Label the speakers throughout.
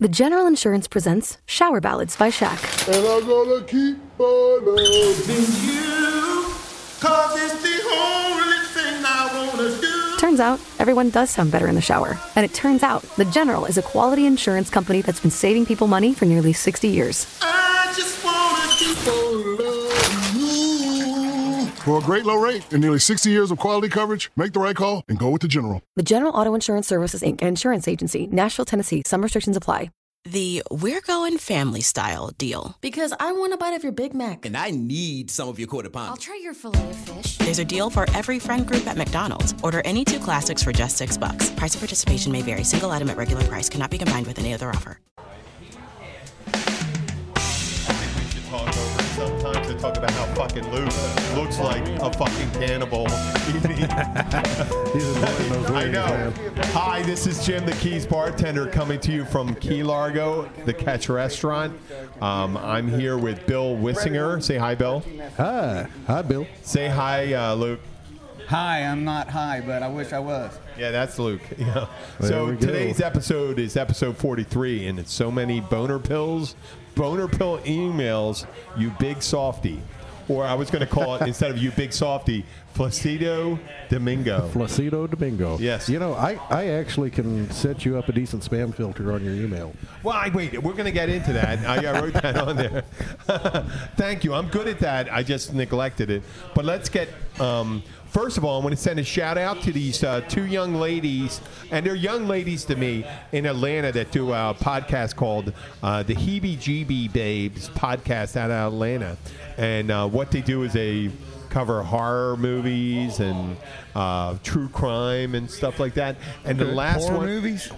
Speaker 1: The General Insurance presents Shower Ballads by Shaq.
Speaker 2: And I'm gonna keep on uh, loving.
Speaker 3: you. Cause it's the only thing I wanna do.
Speaker 1: Turns out, everyone does sound better in the shower. And it turns out, The General is a quality insurance company that's been saving people money for nearly 60 years.
Speaker 3: I just wanna keep on loving you.
Speaker 2: For a great low rate and nearly 60 years of quality coverage, make the right call and go with the general.
Speaker 1: The General Auto Insurance Services, Inc., an insurance agency, Nashville, Tennessee. Some restrictions apply.
Speaker 4: The We're Going Family Style deal.
Speaker 5: Because I want a bite of your Big Mac.
Speaker 6: And I need some of your quarter
Speaker 5: I'll
Speaker 6: pound.
Speaker 5: try your filet of fish.
Speaker 4: There's a deal for every friend group at McDonald's. Order any two classics for just six bucks. Price of participation may vary. Single item at regular price cannot be combined with any other offer.
Speaker 7: we should talk over it sometimes to talk about how fucking Luke looks like a fucking cannibal. I know. Hi, this is Jim, the Keys bartender, coming to you from Key Largo, the Catch Restaurant. Um, I'm here with Bill Wissinger. Say hi, Bill.
Speaker 8: Hi. Hi, Bill.
Speaker 7: Say hi, uh, Luke.
Speaker 9: Hi, I'm not high, but I wish I was.
Speaker 7: Yeah, that's Luke. Yeah.
Speaker 8: There
Speaker 7: So
Speaker 8: we go.
Speaker 7: today's episode is episode 43, and it's so many boner pills, boner pill emails, you big softy. Or I was going to call it, instead of you big softy, Placido Domingo.
Speaker 8: Placido Domingo.
Speaker 7: Yes.
Speaker 8: You know, I, I actually can set you up a decent spam filter on your email.
Speaker 7: Well, I, wait, we're going to get into that. I, I wrote that on there. Thank you. I'm good at that. I just neglected it. But let's get. Um, First of all, I want to send a shout out to these uh, two young ladies, and they're young ladies to me in Atlanta that do a podcast called uh, the Heebie Jeebie Babes podcast out of Atlanta. And uh, what they do is they cover horror movies and uh, true crime and stuff like that. And the last
Speaker 9: horror
Speaker 7: one
Speaker 9: movies?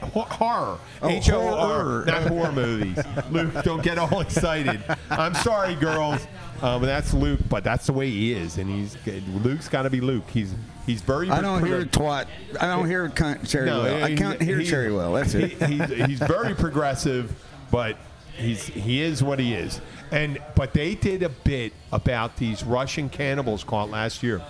Speaker 7: Ho- horror.
Speaker 9: Oh,
Speaker 7: H O R,
Speaker 9: horror.
Speaker 7: not horror movies. Luke, don't get all excited. I'm sorry, girls. Um, that's Luke, but that's the way he is, and he's Luke's got to be Luke. He's he's very.
Speaker 9: I don't hear twat.
Speaker 7: progr-
Speaker 9: I don't hear cunt Cherry well. I
Speaker 7: he-
Speaker 9: can't hear
Speaker 7: he-
Speaker 9: Cherry well. That's
Speaker 7: he-
Speaker 9: it.
Speaker 7: he's, he's very progressive, but he's he is what he is. And but they did a bit about these Russian cannibals caught last year.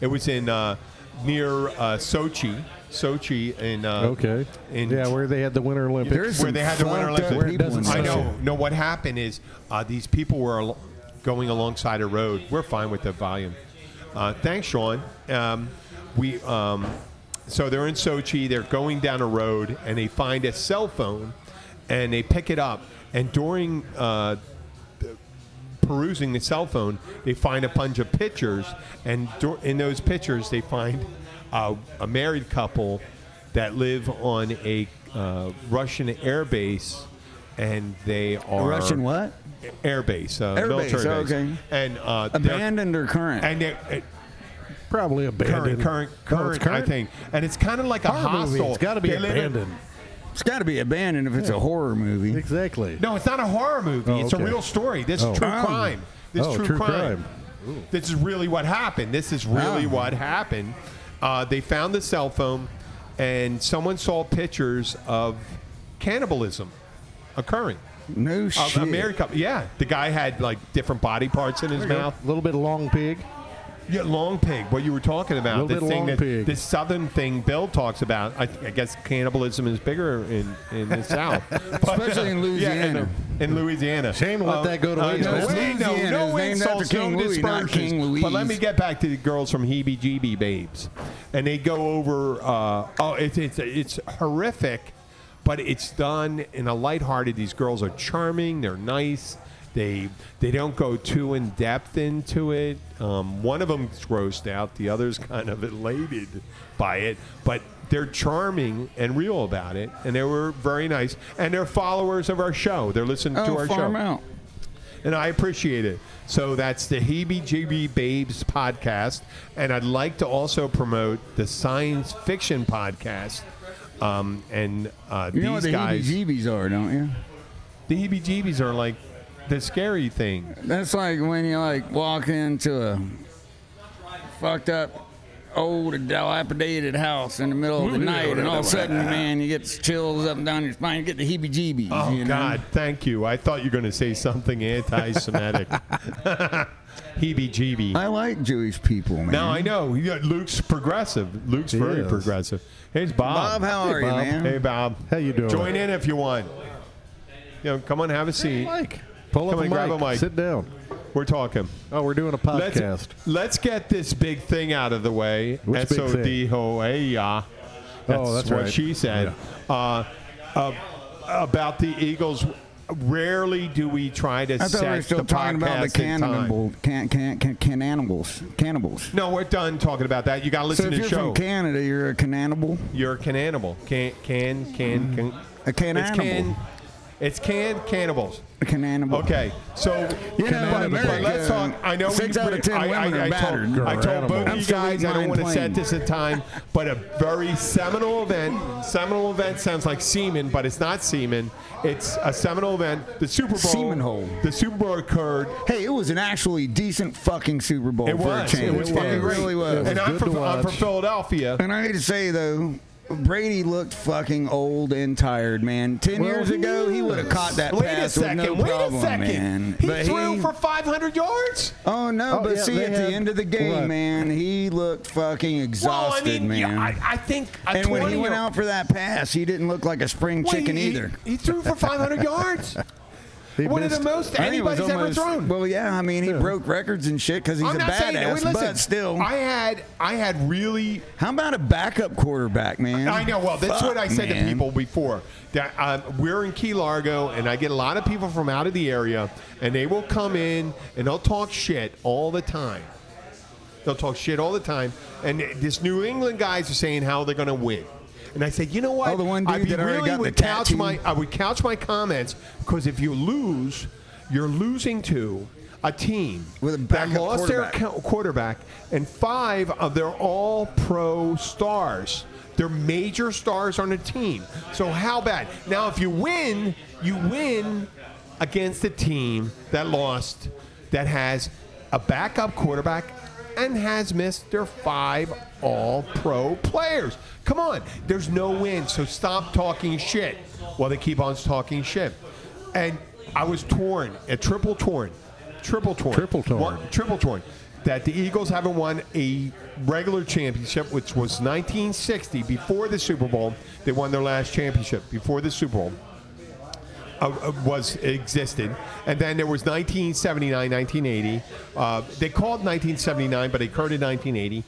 Speaker 7: It was in uh, near uh, Sochi, Sochi in uh,
Speaker 8: Okay.
Speaker 7: in
Speaker 8: yeah, where they had the Winter Olympics.
Speaker 9: There's-
Speaker 7: where they had the Winter
Speaker 9: fucked up
Speaker 7: Olympics.
Speaker 9: people in
Speaker 7: I
Speaker 9: Russia.
Speaker 7: know. No, what happened is uh, these people were al- going alongside a road. We're fine with the volume. Uh, thanks, Sean. Um, we um, so they're in Sochi. They're going down a road and they find a cell phone and they pick it up. And during uh, perusing the cell phone, they find a bunch of pictures, and dur- in those pictures, they find uh, a married couple that live on a uh, Russian airbase, and they are
Speaker 9: Russian what?
Speaker 7: Airbase, uh,
Speaker 9: Airbase,
Speaker 7: military base.
Speaker 9: okay.
Speaker 7: and uh, they're-
Speaker 9: Abandoned or current?
Speaker 7: and they're,
Speaker 8: probably
Speaker 7: current,
Speaker 8: abandoned.
Speaker 7: current,
Speaker 8: No, Oh, it's
Speaker 7: current, I think, and it's kind of like a
Speaker 8: Horror movie.
Speaker 7: hostel.
Speaker 8: It's got to be
Speaker 7: They live in-
Speaker 8: abandoned.
Speaker 9: it's got to be abandoned if it's a horror movie.
Speaker 8: Exactly.
Speaker 7: No, it's not a horror movie.
Speaker 8: Oh,
Speaker 7: It's a
Speaker 8: okay.
Speaker 7: real story. This
Speaker 8: Oh.
Speaker 7: is true
Speaker 8: Oh.
Speaker 7: crime. This
Speaker 8: Oh,
Speaker 7: is true,
Speaker 8: true
Speaker 7: crime.
Speaker 8: crime.
Speaker 7: This is really what happened. This is really
Speaker 9: Oh.
Speaker 7: what happened. Uh, they found the cell phone, and someone saw pictures of cannibalism occurring.
Speaker 9: No
Speaker 7: A,
Speaker 9: shit.
Speaker 7: a married couple. Yeah, the guy had like different body parts in his mouth.
Speaker 8: A little bit of long pig.
Speaker 7: Yeah, long pig. What you were talking about?
Speaker 8: Little
Speaker 7: This
Speaker 8: bit
Speaker 7: thing
Speaker 8: long
Speaker 7: that
Speaker 8: pig.
Speaker 7: this southern thing Bill talks about. I, I guess cannibalism is bigger in, in the south, But-
Speaker 9: Especially in
Speaker 7: Yeah,
Speaker 9: Louisiana.
Speaker 7: in, in Louisiana, Uh,
Speaker 8: Shame to let that go to waste.
Speaker 7: no,
Speaker 9: It's
Speaker 7: way, no,
Speaker 9: Louisiana.
Speaker 7: no
Speaker 9: It's named
Speaker 7: insults,
Speaker 9: after King
Speaker 7: no
Speaker 9: Louis, not
Speaker 7: dispersions.
Speaker 9: King
Speaker 7: But let me
Speaker 9: Louise.
Speaker 7: get back to the girls from Heebie Jeebie Babes, and they go over. Uh, oh, it's it's it's horrific, but it's done in a lighthearted. These girls are charming. They're nice. They they don't go too in depth into it. Um, one of them's grossed out. The other's kind of elated by it, but. They're charming and real about it, and they were very nice. And they're followers of our show. They're listening to
Speaker 9: oh,
Speaker 7: our
Speaker 9: farm
Speaker 7: show
Speaker 9: out.
Speaker 7: and I appreciate it. So that's the Heebie Jeebie Babes podcast, and I'd like to also promote the science fiction podcast. Um, and uh,
Speaker 9: You
Speaker 7: these
Speaker 9: know what the
Speaker 7: guys,
Speaker 9: heebie-jeebies are, don't you?
Speaker 7: the Heebie Jeebies are like the scary thing.
Speaker 9: That's like when you like walk into a fucked up old and dilapidated house in the middle of the night, and all of a sudden, man, you get chills up and down your spine. You get the heebie-jeebies.
Speaker 7: Oh
Speaker 9: you know?
Speaker 7: God, thank you. I thought you were going to say something anti-Semitic. Heebie-jeebie.
Speaker 9: I like Jewish people, man.
Speaker 7: No, I know. You got- Luke's progressive. Luke's very
Speaker 8: is.
Speaker 7: progressive. Here's Bob.
Speaker 9: Bob, how are you,
Speaker 8: Bob.
Speaker 9: man?
Speaker 7: Hey, Bob.
Speaker 8: How you doing?
Speaker 7: Join in if you want. You know, come on, have a seat.
Speaker 8: Mike, pull up
Speaker 7: Come
Speaker 8: a
Speaker 7: and
Speaker 8: mic.
Speaker 7: grab a mic.
Speaker 8: Sit down.
Speaker 7: We're talking.
Speaker 8: Oh, we're doing a
Speaker 7: Let's,
Speaker 8: podcast.
Speaker 7: let's get this big thing out of the way.
Speaker 8: Which big thing?
Speaker 7: S-O-D-O-A-Y-A. That's,
Speaker 8: Oh, that's
Speaker 7: what
Speaker 8: right.
Speaker 7: she said. Uh, uh, about the Eagles, rarely do we try to
Speaker 9: I thought
Speaker 7: set
Speaker 9: we were still
Speaker 7: the
Speaker 9: talking about the
Speaker 7: podcast in time.
Speaker 9: cannibal, can, can, can, cannibals, cannibals.
Speaker 7: No, we're done talking about that. You got to
Speaker 9: So
Speaker 7: listen
Speaker 9: if
Speaker 7: to the
Speaker 9: you're from
Speaker 7: show.
Speaker 9: Canada, you're a cannibal.
Speaker 7: You're a can animal. Can can can can.
Speaker 9: A can
Speaker 7: it's
Speaker 9: animal.
Speaker 7: Can, it's can cannibals.
Speaker 9: A cannibal.
Speaker 7: Okay, so
Speaker 9: You know,
Speaker 7: but-
Speaker 9: in
Speaker 7: but
Speaker 9: America,
Speaker 7: let's talk. I know
Speaker 9: six
Speaker 7: we,
Speaker 9: out of ten
Speaker 7: I,
Speaker 9: women
Speaker 7: I,
Speaker 9: are
Speaker 7: I
Speaker 9: battered.
Speaker 7: Told, I told both
Speaker 9: I'm
Speaker 7: you
Speaker 9: still
Speaker 7: guys I don't
Speaker 9: mine
Speaker 7: want to
Speaker 9: plain.
Speaker 7: set this in time, but a very seminal event. Seminal event sounds like semen, but it's not semen. It's a seminal event. The Super Bowl.
Speaker 9: Semen hole.
Speaker 7: The Super Bowl occurred
Speaker 9: Hey, it was an actually decent fucking Super Bowl
Speaker 7: It
Speaker 9: for
Speaker 7: was.
Speaker 9: a change.
Speaker 7: It was
Speaker 9: It
Speaker 7: fucking great.
Speaker 9: really was.
Speaker 7: and
Speaker 9: And I,
Speaker 7: I'm
Speaker 8: good
Speaker 7: from,
Speaker 8: to
Speaker 7: I'm from
Speaker 8: watch.
Speaker 7: Philadelphia.
Speaker 9: need to say though, Brady looked fucking old and tired, man. Ten
Speaker 8: Well,
Speaker 9: years
Speaker 8: he
Speaker 9: ago, he
Speaker 8: was.
Speaker 9: would have caught that
Speaker 7: Wait a
Speaker 9: pass with
Speaker 7: second.
Speaker 9: no
Speaker 7: wait
Speaker 9: problem,
Speaker 7: a second.
Speaker 9: man.
Speaker 7: He
Speaker 9: But
Speaker 7: threw
Speaker 9: he-
Speaker 7: for 500 yards.
Speaker 9: Oh no,
Speaker 8: Oh,
Speaker 9: but
Speaker 8: yeah,
Speaker 9: see,
Speaker 8: they
Speaker 9: at the
Speaker 8: had-
Speaker 9: end of the game,
Speaker 8: What?
Speaker 9: man, he looked fucking exhausted,
Speaker 7: well, I mean,
Speaker 9: man.
Speaker 7: yeah, I, I think a
Speaker 9: and
Speaker 7: 20
Speaker 9: when he went out for that pass, he didn't look like a spring
Speaker 7: Wait,
Speaker 9: chicken
Speaker 7: he-
Speaker 9: either.
Speaker 7: He, threw for 500 yards.
Speaker 8: He
Speaker 7: One of the
Speaker 8: missed-
Speaker 7: most
Speaker 9: I think it was
Speaker 7: anybody's ever
Speaker 9: almost-
Speaker 7: thrown.
Speaker 9: Well, yeah, I mean, he broke records and shit because he's
Speaker 7: I'm
Speaker 9: a
Speaker 7: not saying that.
Speaker 9: badass,
Speaker 7: Wait, listen,
Speaker 9: but still.
Speaker 7: I had I had really
Speaker 9: how about a backup quarterback, man?
Speaker 7: I know. Well, that's what
Speaker 9: Fuck,
Speaker 7: I said
Speaker 9: man.
Speaker 7: to people before. That um, we're in Key Largo, and I get a lot of people from out of the area, and they will come in and they'll talk shit all the time. They'll talk shit all the time, and this New England guys are saying how they're going to win. And I said, you know what?
Speaker 9: Oh, the one
Speaker 7: I
Speaker 9: dude that already
Speaker 7: really
Speaker 9: got
Speaker 7: would
Speaker 9: the
Speaker 7: couch
Speaker 9: tattoo?
Speaker 7: my I would couch my comments because if you lose, you're losing to a team
Speaker 9: With a
Speaker 7: that
Speaker 9: backup
Speaker 7: lost their
Speaker 9: quarterback.
Speaker 7: co- quarterback, and five of their all pro stars. They're major stars on the team. So, how bad? Now, if you win, you win against a team that lost, that has a backup quarterback and has missed their five all pro players. Come on, there's no win. So, stop talking shit. Well, they keep on talking shit. And I was torn, a triple torn. Triple torn.
Speaker 8: Triple torn.
Speaker 7: One- triple torn that the Eagles haven't won a regular championship, which was 1960 before the Super Bowl. They won their last championship before the Super Bowl uh, uh, was existed, and then there was 1979, 1980. Uh, they called 1979, but it occurred in 1980,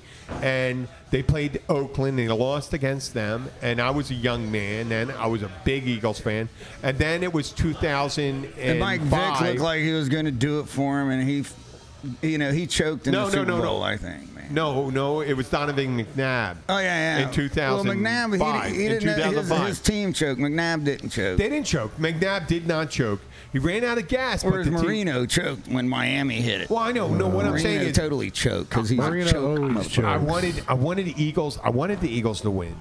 Speaker 7: and they played Oakland and they lost against them. And I was a young man, and I was a big Eagles fan. And then it was 2000.
Speaker 9: And Mike Vick looked like he was going to do it for him, and he, f- you know, he choked in
Speaker 7: No,
Speaker 9: the
Speaker 7: no,
Speaker 9: Super
Speaker 7: no, no.
Speaker 9: Bowl. I think, man.
Speaker 7: No, no, it was Donovan McNabb.
Speaker 9: Oh yeah, yeah.
Speaker 7: In 2000.
Speaker 9: Well, McNabb, he, he
Speaker 7: in
Speaker 9: didn't. His,
Speaker 7: 2005.
Speaker 9: his team choked. McNabb didn't choke.
Speaker 7: they didn't choke. McNabb did not choke. He ran out of gas.
Speaker 9: Whereas
Speaker 7: but the team-
Speaker 9: Marino choked when Miami hit it.
Speaker 7: well, I know. Oh, No, what I'm
Speaker 9: Marino
Speaker 7: saying is
Speaker 9: totally choked because he's
Speaker 8: Marino always
Speaker 9: choked.
Speaker 8: chokes.
Speaker 7: I wanted, I wanted the Eagles. I wanted the Eagles to win.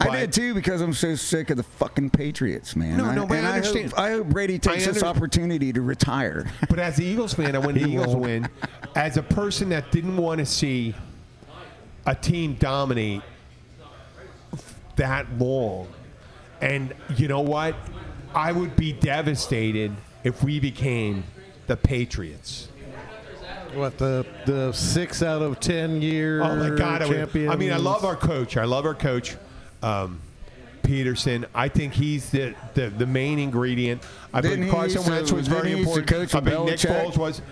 Speaker 9: I did too because I'm so sick of the fucking Patriots, man.
Speaker 7: No, no, but I
Speaker 9: and
Speaker 7: understand.
Speaker 9: hope, I hope Brady
Speaker 7: I
Speaker 9: takes this
Speaker 7: under-
Speaker 9: opportunity to retire.
Speaker 7: But as the Eagles fan, I wanted the Eagles to win. As a person that didn't want to see a team dominate that long, and you know what, I would be devastated if we became the Patriots.
Speaker 8: What the the six out of ten year?
Speaker 7: Oh my God! I, would-
Speaker 8: Champions.
Speaker 7: I mean, I love our coach. I love our coach, um, Peterson. I think he's the, the the main ingredient. I
Speaker 9: Didn't
Speaker 7: believe
Speaker 9: he
Speaker 7: Carson
Speaker 9: used to-
Speaker 7: Wentz was
Speaker 9: didn't
Speaker 7: very
Speaker 9: he used to
Speaker 7: important.
Speaker 9: coach
Speaker 7: I
Speaker 9: with
Speaker 7: think Nick
Speaker 9: Belichick?
Speaker 7: Foles was.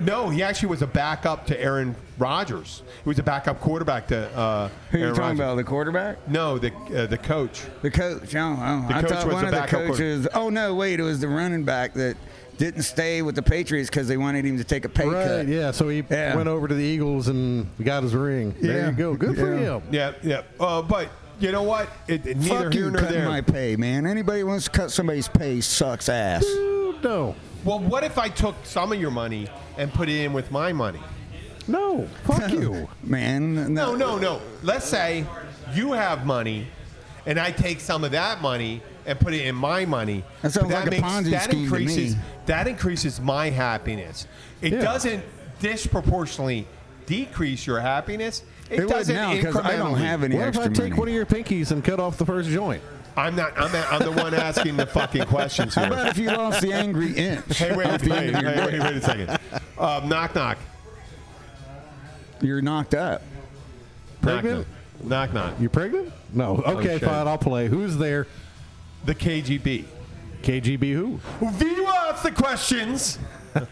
Speaker 7: No, he actually was a backup to Aaron Rodgers. He was a backup quarterback to uh,
Speaker 9: Who are you
Speaker 7: Aaron
Speaker 9: talking
Speaker 7: Rodgers.
Speaker 9: about? The quarterback?
Speaker 7: No, the uh, the coach.
Speaker 9: The coach. Oh, oh.
Speaker 7: The
Speaker 9: I
Speaker 7: coach
Speaker 9: thought
Speaker 7: was
Speaker 9: one
Speaker 7: the
Speaker 9: of the
Speaker 7: backup quarter-
Speaker 9: coaches. Oh no, wait, it was the running back that didn't stay with the Patriots because they wanted him to take a pay
Speaker 8: Right,
Speaker 9: cut.
Speaker 8: yeah. So he
Speaker 9: Yeah.
Speaker 8: went over to the Eagles and got his ring. There
Speaker 9: Yeah.
Speaker 8: you go. Good for
Speaker 9: Yeah.
Speaker 8: him.
Speaker 7: Yeah, yeah. Uh, but you know what? It, it- neither
Speaker 9: Fuck
Speaker 7: here
Speaker 9: you
Speaker 7: nor
Speaker 9: cutting
Speaker 7: there.
Speaker 9: my pay, man. Anybody who wants to cut somebody's pay sucks ass.
Speaker 8: No,
Speaker 7: well, what if I took some of your money and put it in with my money?
Speaker 8: no. Fuck you.
Speaker 9: man.
Speaker 7: No, no, no. Let's say you have money, and I take some of that money and put it in my money.
Speaker 9: That sounds like a Ponzi
Speaker 7: that
Speaker 9: scheme to me.
Speaker 7: increases that increases my happiness. It
Speaker 8: Yeah.
Speaker 7: doesn't disproportionately decrease your happiness. It,
Speaker 9: would
Speaker 7: doesn't
Speaker 9: now, 'cause I don't
Speaker 7: incrementally.
Speaker 9: have any
Speaker 8: What if
Speaker 9: extra
Speaker 8: I take
Speaker 9: money.
Speaker 8: one of your pinkies and cut off the first joint?
Speaker 7: I'm not. I'm, not- I'm the one asking the fucking questions
Speaker 9: How
Speaker 7: here.
Speaker 9: about if you lost the angry inch?
Speaker 7: hey, wait,
Speaker 9: off
Speaker 7: wait,
Speaker 9: the end
Speaker 7: wait,
Speaker 9: of your
Speaker 7: wait,
Speaker 9: dick?
Speaker 7: wait, a second. Um, knock, knock.
Speaker 9: You're knocked up.
Speaker 8: Pregnant?
Speaker 7: Knock, knock. knock, knock.
Speaker 8: You pregnant? No. Okay,
Speaker 7: shit.
Speaker 8: fine. I'll play. Who's there?
Speaker 7: The KGB.
Speaker 8: KGB who?
Speaker 7: V wants the questions.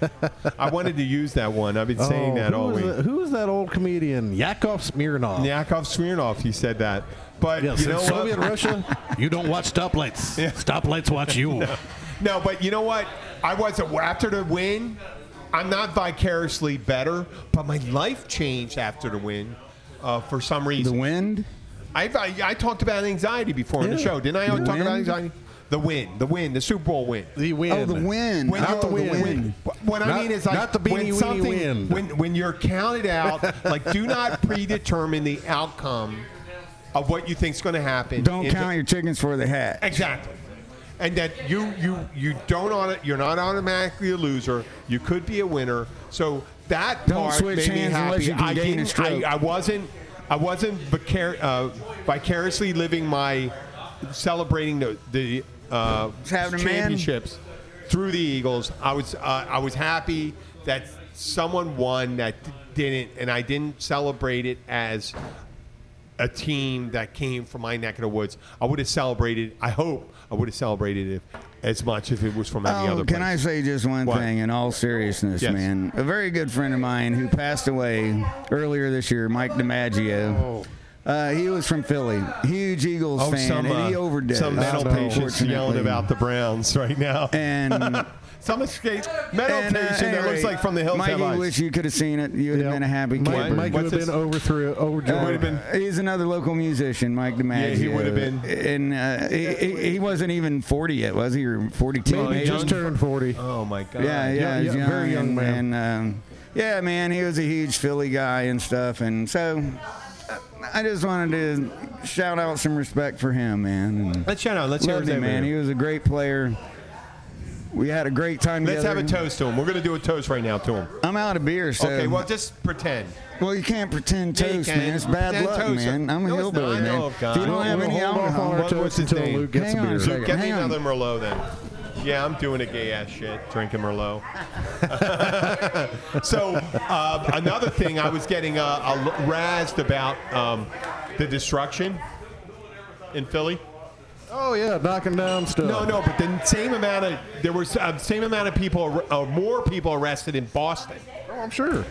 Speaker 7: I wanted to use that one. I've been saying
Speaker 8: Oh,
Speaker 7: that
Speaker 8: who
Speaker 7: all
Speaker 8: was
Speaker 7: week.
Speaker 8: the- who was that old comedian? Yakov Smirnov.
Speaker 7: Yakov Smirnov, he said that. But
Speaker 8: Yes,
Speaker 7: you know
Speaker 8: in
Speaker 7: what?
Speaker 8: Soviet Russia, you don't watch stoplights. Stoplights watch you.
Speaker 7: No, but you know what? I wasn't after the win. I'm not vicariously better, but my life changed after the win. Uh, for some
Speaker 9: The
Speaker 7: reason,
Speaker 9: wind?
Speaker 7: I, I I talked about anxiety before in the
Speaker 8: Yeah.
Speaker 7: show, didn't I?
Speaker 9: The
Speaker 7: talk about
Speaker 9: win?
Speaker 7: anxiety. The win, the win, the Super Bowl win.
Speaker 8: The win.
Speaker 9: Oh, the wind.
Speaker 7: When
Speaker 9: oh,
Speaker 8: Not the
Speaker 7: you're-
Speaker 8: win.
Speaker 7: when- What I
Speaker 8: Not-
Speaker 7: mean is, like,
Speaker 8: not the beanie
Speaker 7: when
Speaker 8: weenie
Speaker 7: something,
Speaker 8: win.
Speaker 7: when when you're counted out, like do not predetermine the outcome of what you think's going to happen.
Speaker 9: Don't
Speaker 7: in the-
Speaker 9: count your chickens for the hat.
Speaker 7: Exactly. And that you you you don't on it. You're not automatically a loser. You could be a winner. So that
Speaker 9: Don't
Speaker 7: part
Speaker 9: switch
Speaker 7: made me
Speaker 9: hands
Speaker 7: happy.
Speaker 9: unless you can
Speaker 7: I
Speaker 9: gain a
Speaker 7: didn't-
Speaker 9: stroke.
Speaker 7: I, I wasn't. I wasn't vicar- uh, vicariously living my celebrating the the uh,
Speaker 9: Just having a man.
Speaker 7: championships through the Eagles. I was uh, I was happy that someone won that d- didn't, and I didn't celebrate it as a team that came from my neck of the woods. I would have celebrated. I hope I would have celebrated it as much if it was from any
Speaker 9: Oh,
Speaker 7: other.
Speaker 9: can I
Speaker 7: place.
Speaker 9: say just one
Speaker 7: What?
Speaker 9: thing in all seriousness,
Speaker 7: Yes.
Speaker 9: man? A very good friend of mine who passed away earlier this year, Mike DiMaggio. Uh, he was from Philly, huge Eagles
Speaker 7: Oh,
Speaker 9: fan,
Speaker 7: some,
Speaker 9: and he
Speaker 7: uh,
Speaker 9: overdosed.
Speaker 7: some mental patients
Speaker 9: unfortunately.
Speaker 7: yelling about the Browns right now.
Speaker 9: And-
Speaker 7: some escaped mental
Speaker 9: And, uh,
Speaker 7: patient that looks
Speaker 9: anyway,
Speaker 7: like from the hills
Speaker 9: Mikey,
Speaker 7: have eyes.
Speaker 9: wish you could have seen it. You would
Speaker 8: Yeah.
Speaker 9: have been a happy
Speaker 8: Mike,
Speaker 9: camper.
Speaker 8: Mike would
Speaker 7: What's
Speaker 8: have been
Speaker 7: his- Uh,
Speaker 8: overthrew, overjoyed.
Speaker 7: been-
Speaker 9: Uh, He's another local musician, Mike DiMaggio.
Speaker 7: he would have been.
Speaker 9: And uh, he, he, he wasn't even 40 yet, was he? Or 42?
Speaker 8: Maybe
Speaker 9: maybe?
Speaker 8: just turned 40.
Speaker 7: oh my god!
Speaker 9: Yeah, yeah,
Speaker 8: young-
Speaker 9: he's
Speaker 8: young- very young
Speaker 9: and-
Speaker 8: man.
Speaker 9: And, um, yeah, man, he was a huge Philly guy and stuff, and so uh, I just wanted to shout out some respect for him, man. And
Speaker 7: Let's shout out. Let's hear
Speaker 9: loved
Speaker 7: his
Speaker 9: him,
Speaker 7: name.
Speaker 9: man. He was a great player. We had a great time
Speaker 7: Let's have
Speaker 9: together.
Speaker 7: a toast to him. We're going to do a toast right now to him.
Speaker 9: I'm out of beer, so
Speaker 7: Okay, well, just pretend.
Speaker 9: well, you can't pretend
Speaker 7: Yeah, you
Speaker 9: toast,
Speaker 7: can.
Speaker 9: man. It's bad
Speaker 7: Pretend
Speaker 9: luck,
Speaker 7: toast.
Speaker 9: man. I'm a
Speaker 7: No, it's
Speaker 9: hillbilly,
Speaker 7: not.
Speaker 9: man.
Speaker 7: No, God.
Speaker 9: If you don't
Speaker 7: We'll-
Speaker 9: have
Speaker 8: we'll
Speaker 9: any
Speaker 8: hold off
Speaker 9: alcohol,
Speaker 8: on our
Speaker 7: What- what's
Speaker 8: toast
Speaker 7: his
Speaker 8: until
Speaker 7: name?
Speaker 8: Luke gets
Speaker 9: Hang
Speaker 8: a
Speaker 9: on a
Speaker 8: beer.
Speaker 9: second.
Speaker 7: Get me
Speaker 9: Hang on.
Speaker 7: another Merlot then. Yeah, I'm doing a gay ass shit, drinking Merlot. so uh, another thing I was getting uh, uh, razzed about um, the destruction in Philly.
Speaker 8: Oh yeah, knocking down stuff.
Speaker 7: No, no, but the same amount of there was uh, same amount of people ar- uh, more people arrested in Boston,
Speaker 8: Oh, I'm sure.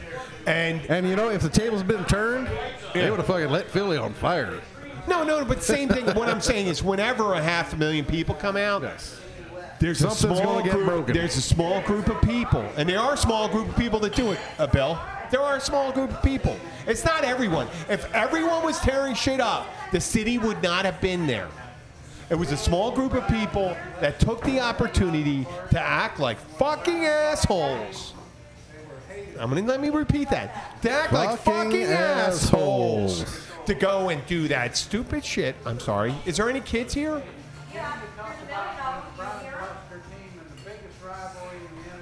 Speaker 7: and
Speaker 8: And you know, if the tables been turned,
Speaker 7: Yeah.
Speaker 8: they would have fucking lit Philly on fire.
Speaker 7: No, no, but same thing. what I'm saying is, whenever a half a million people come out,
Speaker 8: Yes.
Speaker 7: there's
Speaker 8: Something's
Speaker 7: a small
Speaker 8: gonna get
Speaker 7: group.
Speaker 8: broken.
Speaker 7: There's a small group of people, and there are a small group of people that do it. Uh, Bill, there are a small group of people. It's not everyone. If everyone was tearing shit up, the city would not have been there. It was a small group of people that took the opportunity to act like fucking assholes. I'm gonna let me repeat that. To act like
Speaker 8: Fucking
Speaker 7: fucking assholes.
Speaker 8: assholes.
Speaker 7: to go and do that stupid shit. I'm sorry. Is there any kids here?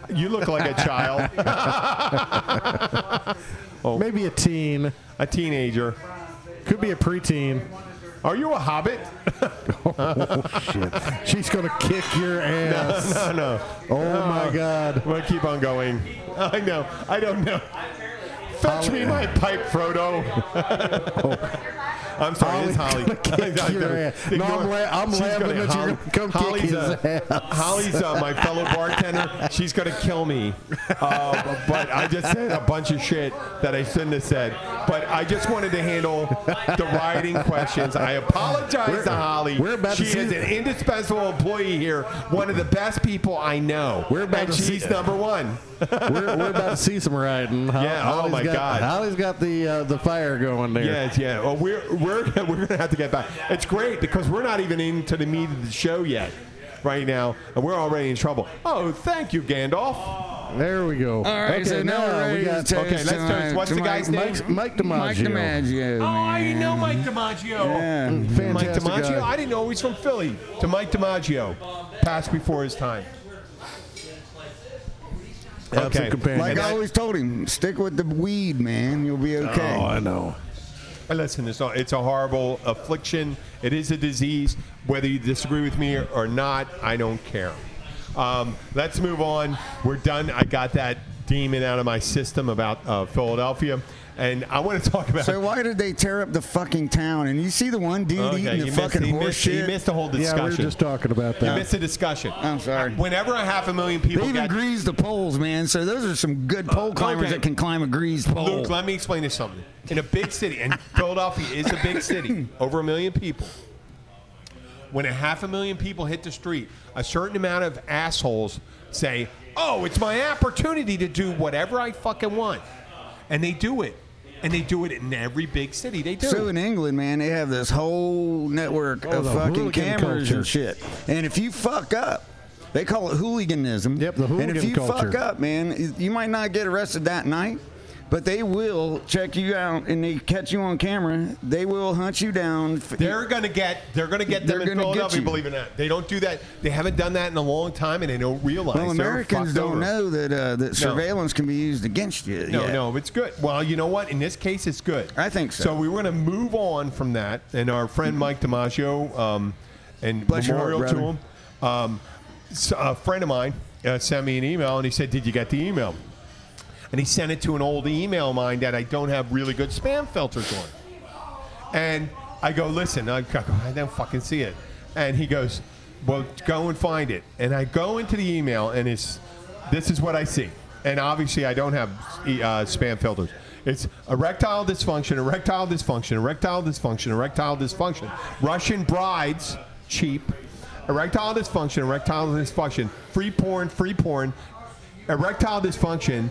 Speaker 7: You look like a child,
Speaker 8: Maybe a teen,
Speaker 7: a teenager.
Speaker 8: could be a preteen.
Speaker 7: Are you a hobbit?
Speaker 8: Shit, she's gonna kick your ass.
Speaker 7: No, no.
Speaker 8: Oh my god.
Speaker 7: I'm gonna keep on going. I know. I don't know. Fetch me my pipe, Frodo. I'm sorry, it's Holly.
Speaker 8: Holly's gonna Oh. kick
Speaker 7: I- I
Speaker 8: your
Speaker 7: don't
Speaker 8: ass.
Speaker 7: think
Speaker 8: No,
Speaker 7: you're-
Speaker 8: I'm la- I'm
Speaker 7: she's
Speaker 8: laughing
Speaker 7: gonna-
Speaker 8: that you're
Speaker 7: Holly-
Speaker 8: gonna come kick
Speaker 7: Holly's,
Speaker 8: his
Speaker 7: uh,
Speaker 8: ass.
Speaker 7: Holly's uh, my fellow bartender. She's gonna kill me. Uh, but I just said a bunch of shit that I shouldn't have said. But I just wanted to handle the rioting questions. I apologize
Speaker 8: We're-
Speaker 7: to Holly.
Speaker 8: we're about to
Speaker 7: she
Speaker 8: see-
Speaker 7: is an indispensable employee here. One of the best people I know.
Speaker 8: We're about
Speaker 7: and
Speaker 8: to see-
Speaker 7: she's number one.
Speaker 8: We're, we're about to see some riding. Ho-
Speaker 7: Yeah, oh my
Speaker 8: got,
Speaker 7: God.
Speaker 8: Holly's got the uh, the fire going there.
Speaker 7: Yes, yeah. Well, we're we're we're gonna have to get back. It's great because we're not even into the meat of the show yet, right now, and we're already in trouble. Oh, thank you, Gandalf.
Speaker 8: There we go.
Speaker 9: All right,
Speaker 8: okay,
Speaker 9: so now we're ready
Speaker 8: we got
Speaker 9: to toast
Speaker 7: okay, let's
Speaker 9: to my-
Speaker 7: toast. What's
Speaker 9: to
Speaker 7: the
Speaker 9: my-
Speaker 7: guy's name?
Speaker 8: Mike's, Mike DiMaggio.
Speaker 9: Mike DiMaggio.
Speaker 7: Oh, I
Speaker 9: man.
Speaker 7: know Mike DiMaggio.
Speaker 9: Yeah.
Speaker 8: Fantastic
Speaker 7: Mike DiMaggio.
Speaker 8: guy.
Speaker 7: Mm, I didn't know he was from Philly. To Mike DiMaggio, passed before his time.
Speaker 8: Have some companion.
Speaker 9: Like
Speaker 7: And
Speaker 9: I
Speaker 7: that-
Speaker 9: always told him, stick with the weed, man. You'll be okay.
Speaker 8: Oh, I Oh, know.
Speaker 7: But listen, it's a, it's a horrible affliction. It is a disease. Whether you disagree with me or, or not, I don't care. Um, let's move on. We're done. I got that demon out of my system about uh, Philadelphia, and I want to talk about.
Speaker 9: So why did they tear up the fucking town? And you see the one dude
Speaker 7: Okay,
Speaker 9: eating
Speaker 7: you
Speaker 9: the
Speaker 7: missed-
Speaker 9: fucking
Speaker 7: you
Speaker 9: horse
Speaker 7: missed,
Speaker 9: shit.
Speaker 7: You missed the whole discussion.
Speaker 8: Yeah, we were just talking about
Speaker 7: You
Speaker 8: that.
Speaker 7: missed the discussion.
Speaker 9: I'm sorry.
Speaker 7: Whenever a half a million people
Speaker 9: They even
Speaker 7: got Uh,
Speaker 9: greased the poles, man. So those are some good pole climbers
Speaker 7: okay.
Speaker 9: that can climb a greased pole.
Speaker 7: Luke, let me explain this something. In a big city, and Philadelphia is a big city, over a million people. When a half a million people hit the street, a certain amount of assholes say, "Oh, it's my opportunity to do whatever I fucking want," and they do it, and they do it in every big city. They do.
Speaker 9: So in England, man, they have this whole network of
Speaker 8: Oh, the
Speaker 9: fucking
Speaker 8: hooligan
Speaker 9: cameras
Speaker 8: culture.
Speaker 9: and shit. And if you fuck up, they call it hooliganism.
Speaker 8: Yep, the
Speaker 9: And if
Speaker 8: hooligan
Speaker 9: you fuck
Speaker 8: culture.
Speaker 9: up, man, you- you might not get arrested that night, but they will check you out and they catch you on camera. They will hunt you down. F-
Speaker 7: They're gonna get. They're gonna get them
Speaker 9: They're
Speaker 7: in
Speaker 9: gonna get
Speaker 7: Philadelphia.
Speaker 9: you.
Speaker 7: Believe it or not, they don't do that. They haven't done that in a long time, and they don't realize.
Speaker 9: well,
Speaker 7: They're
Speaker 9: Americans
Speaker 7: fucked
Speaker 9: don't
Speaker 7: over.
Speaker 9: know that uh, that surveillance can be used against you.
Speaker 7: No,
Speaker 9: yet.
Speaker 7: no, it's good. Well, you know what? In this case, it's good.
Speaker 9: I think so. Mm-hmm.
Speaker 7: So we were going to move on from that, and our friend Mike DiMaggio, um, and
Speaker 9: Bless your
Speaker 7: memorial
Speaker 9: heart,
Speaker 7: to
Speaker 9: brother.
Speaker 7: him. Um, s- a friend of mine uh, sent me an email, and he said, "Did you get the email?" And he sent it to an old email of mine that I don't have really good spam filters on. And I go, listen, I, go, I don't fucking see it. And he goes, well, go and find it. And I go into the email, and it's this is what I see. And obviously, I don't have uh, spam filters. It's erectile dysfunction, erectile dysfunction, erectile dysfunction, erectile dysfunction. Russian brides, cheap. Erectile dysfunction, erectile dysfunction. Free porn, free porn. Erectile dysfunction.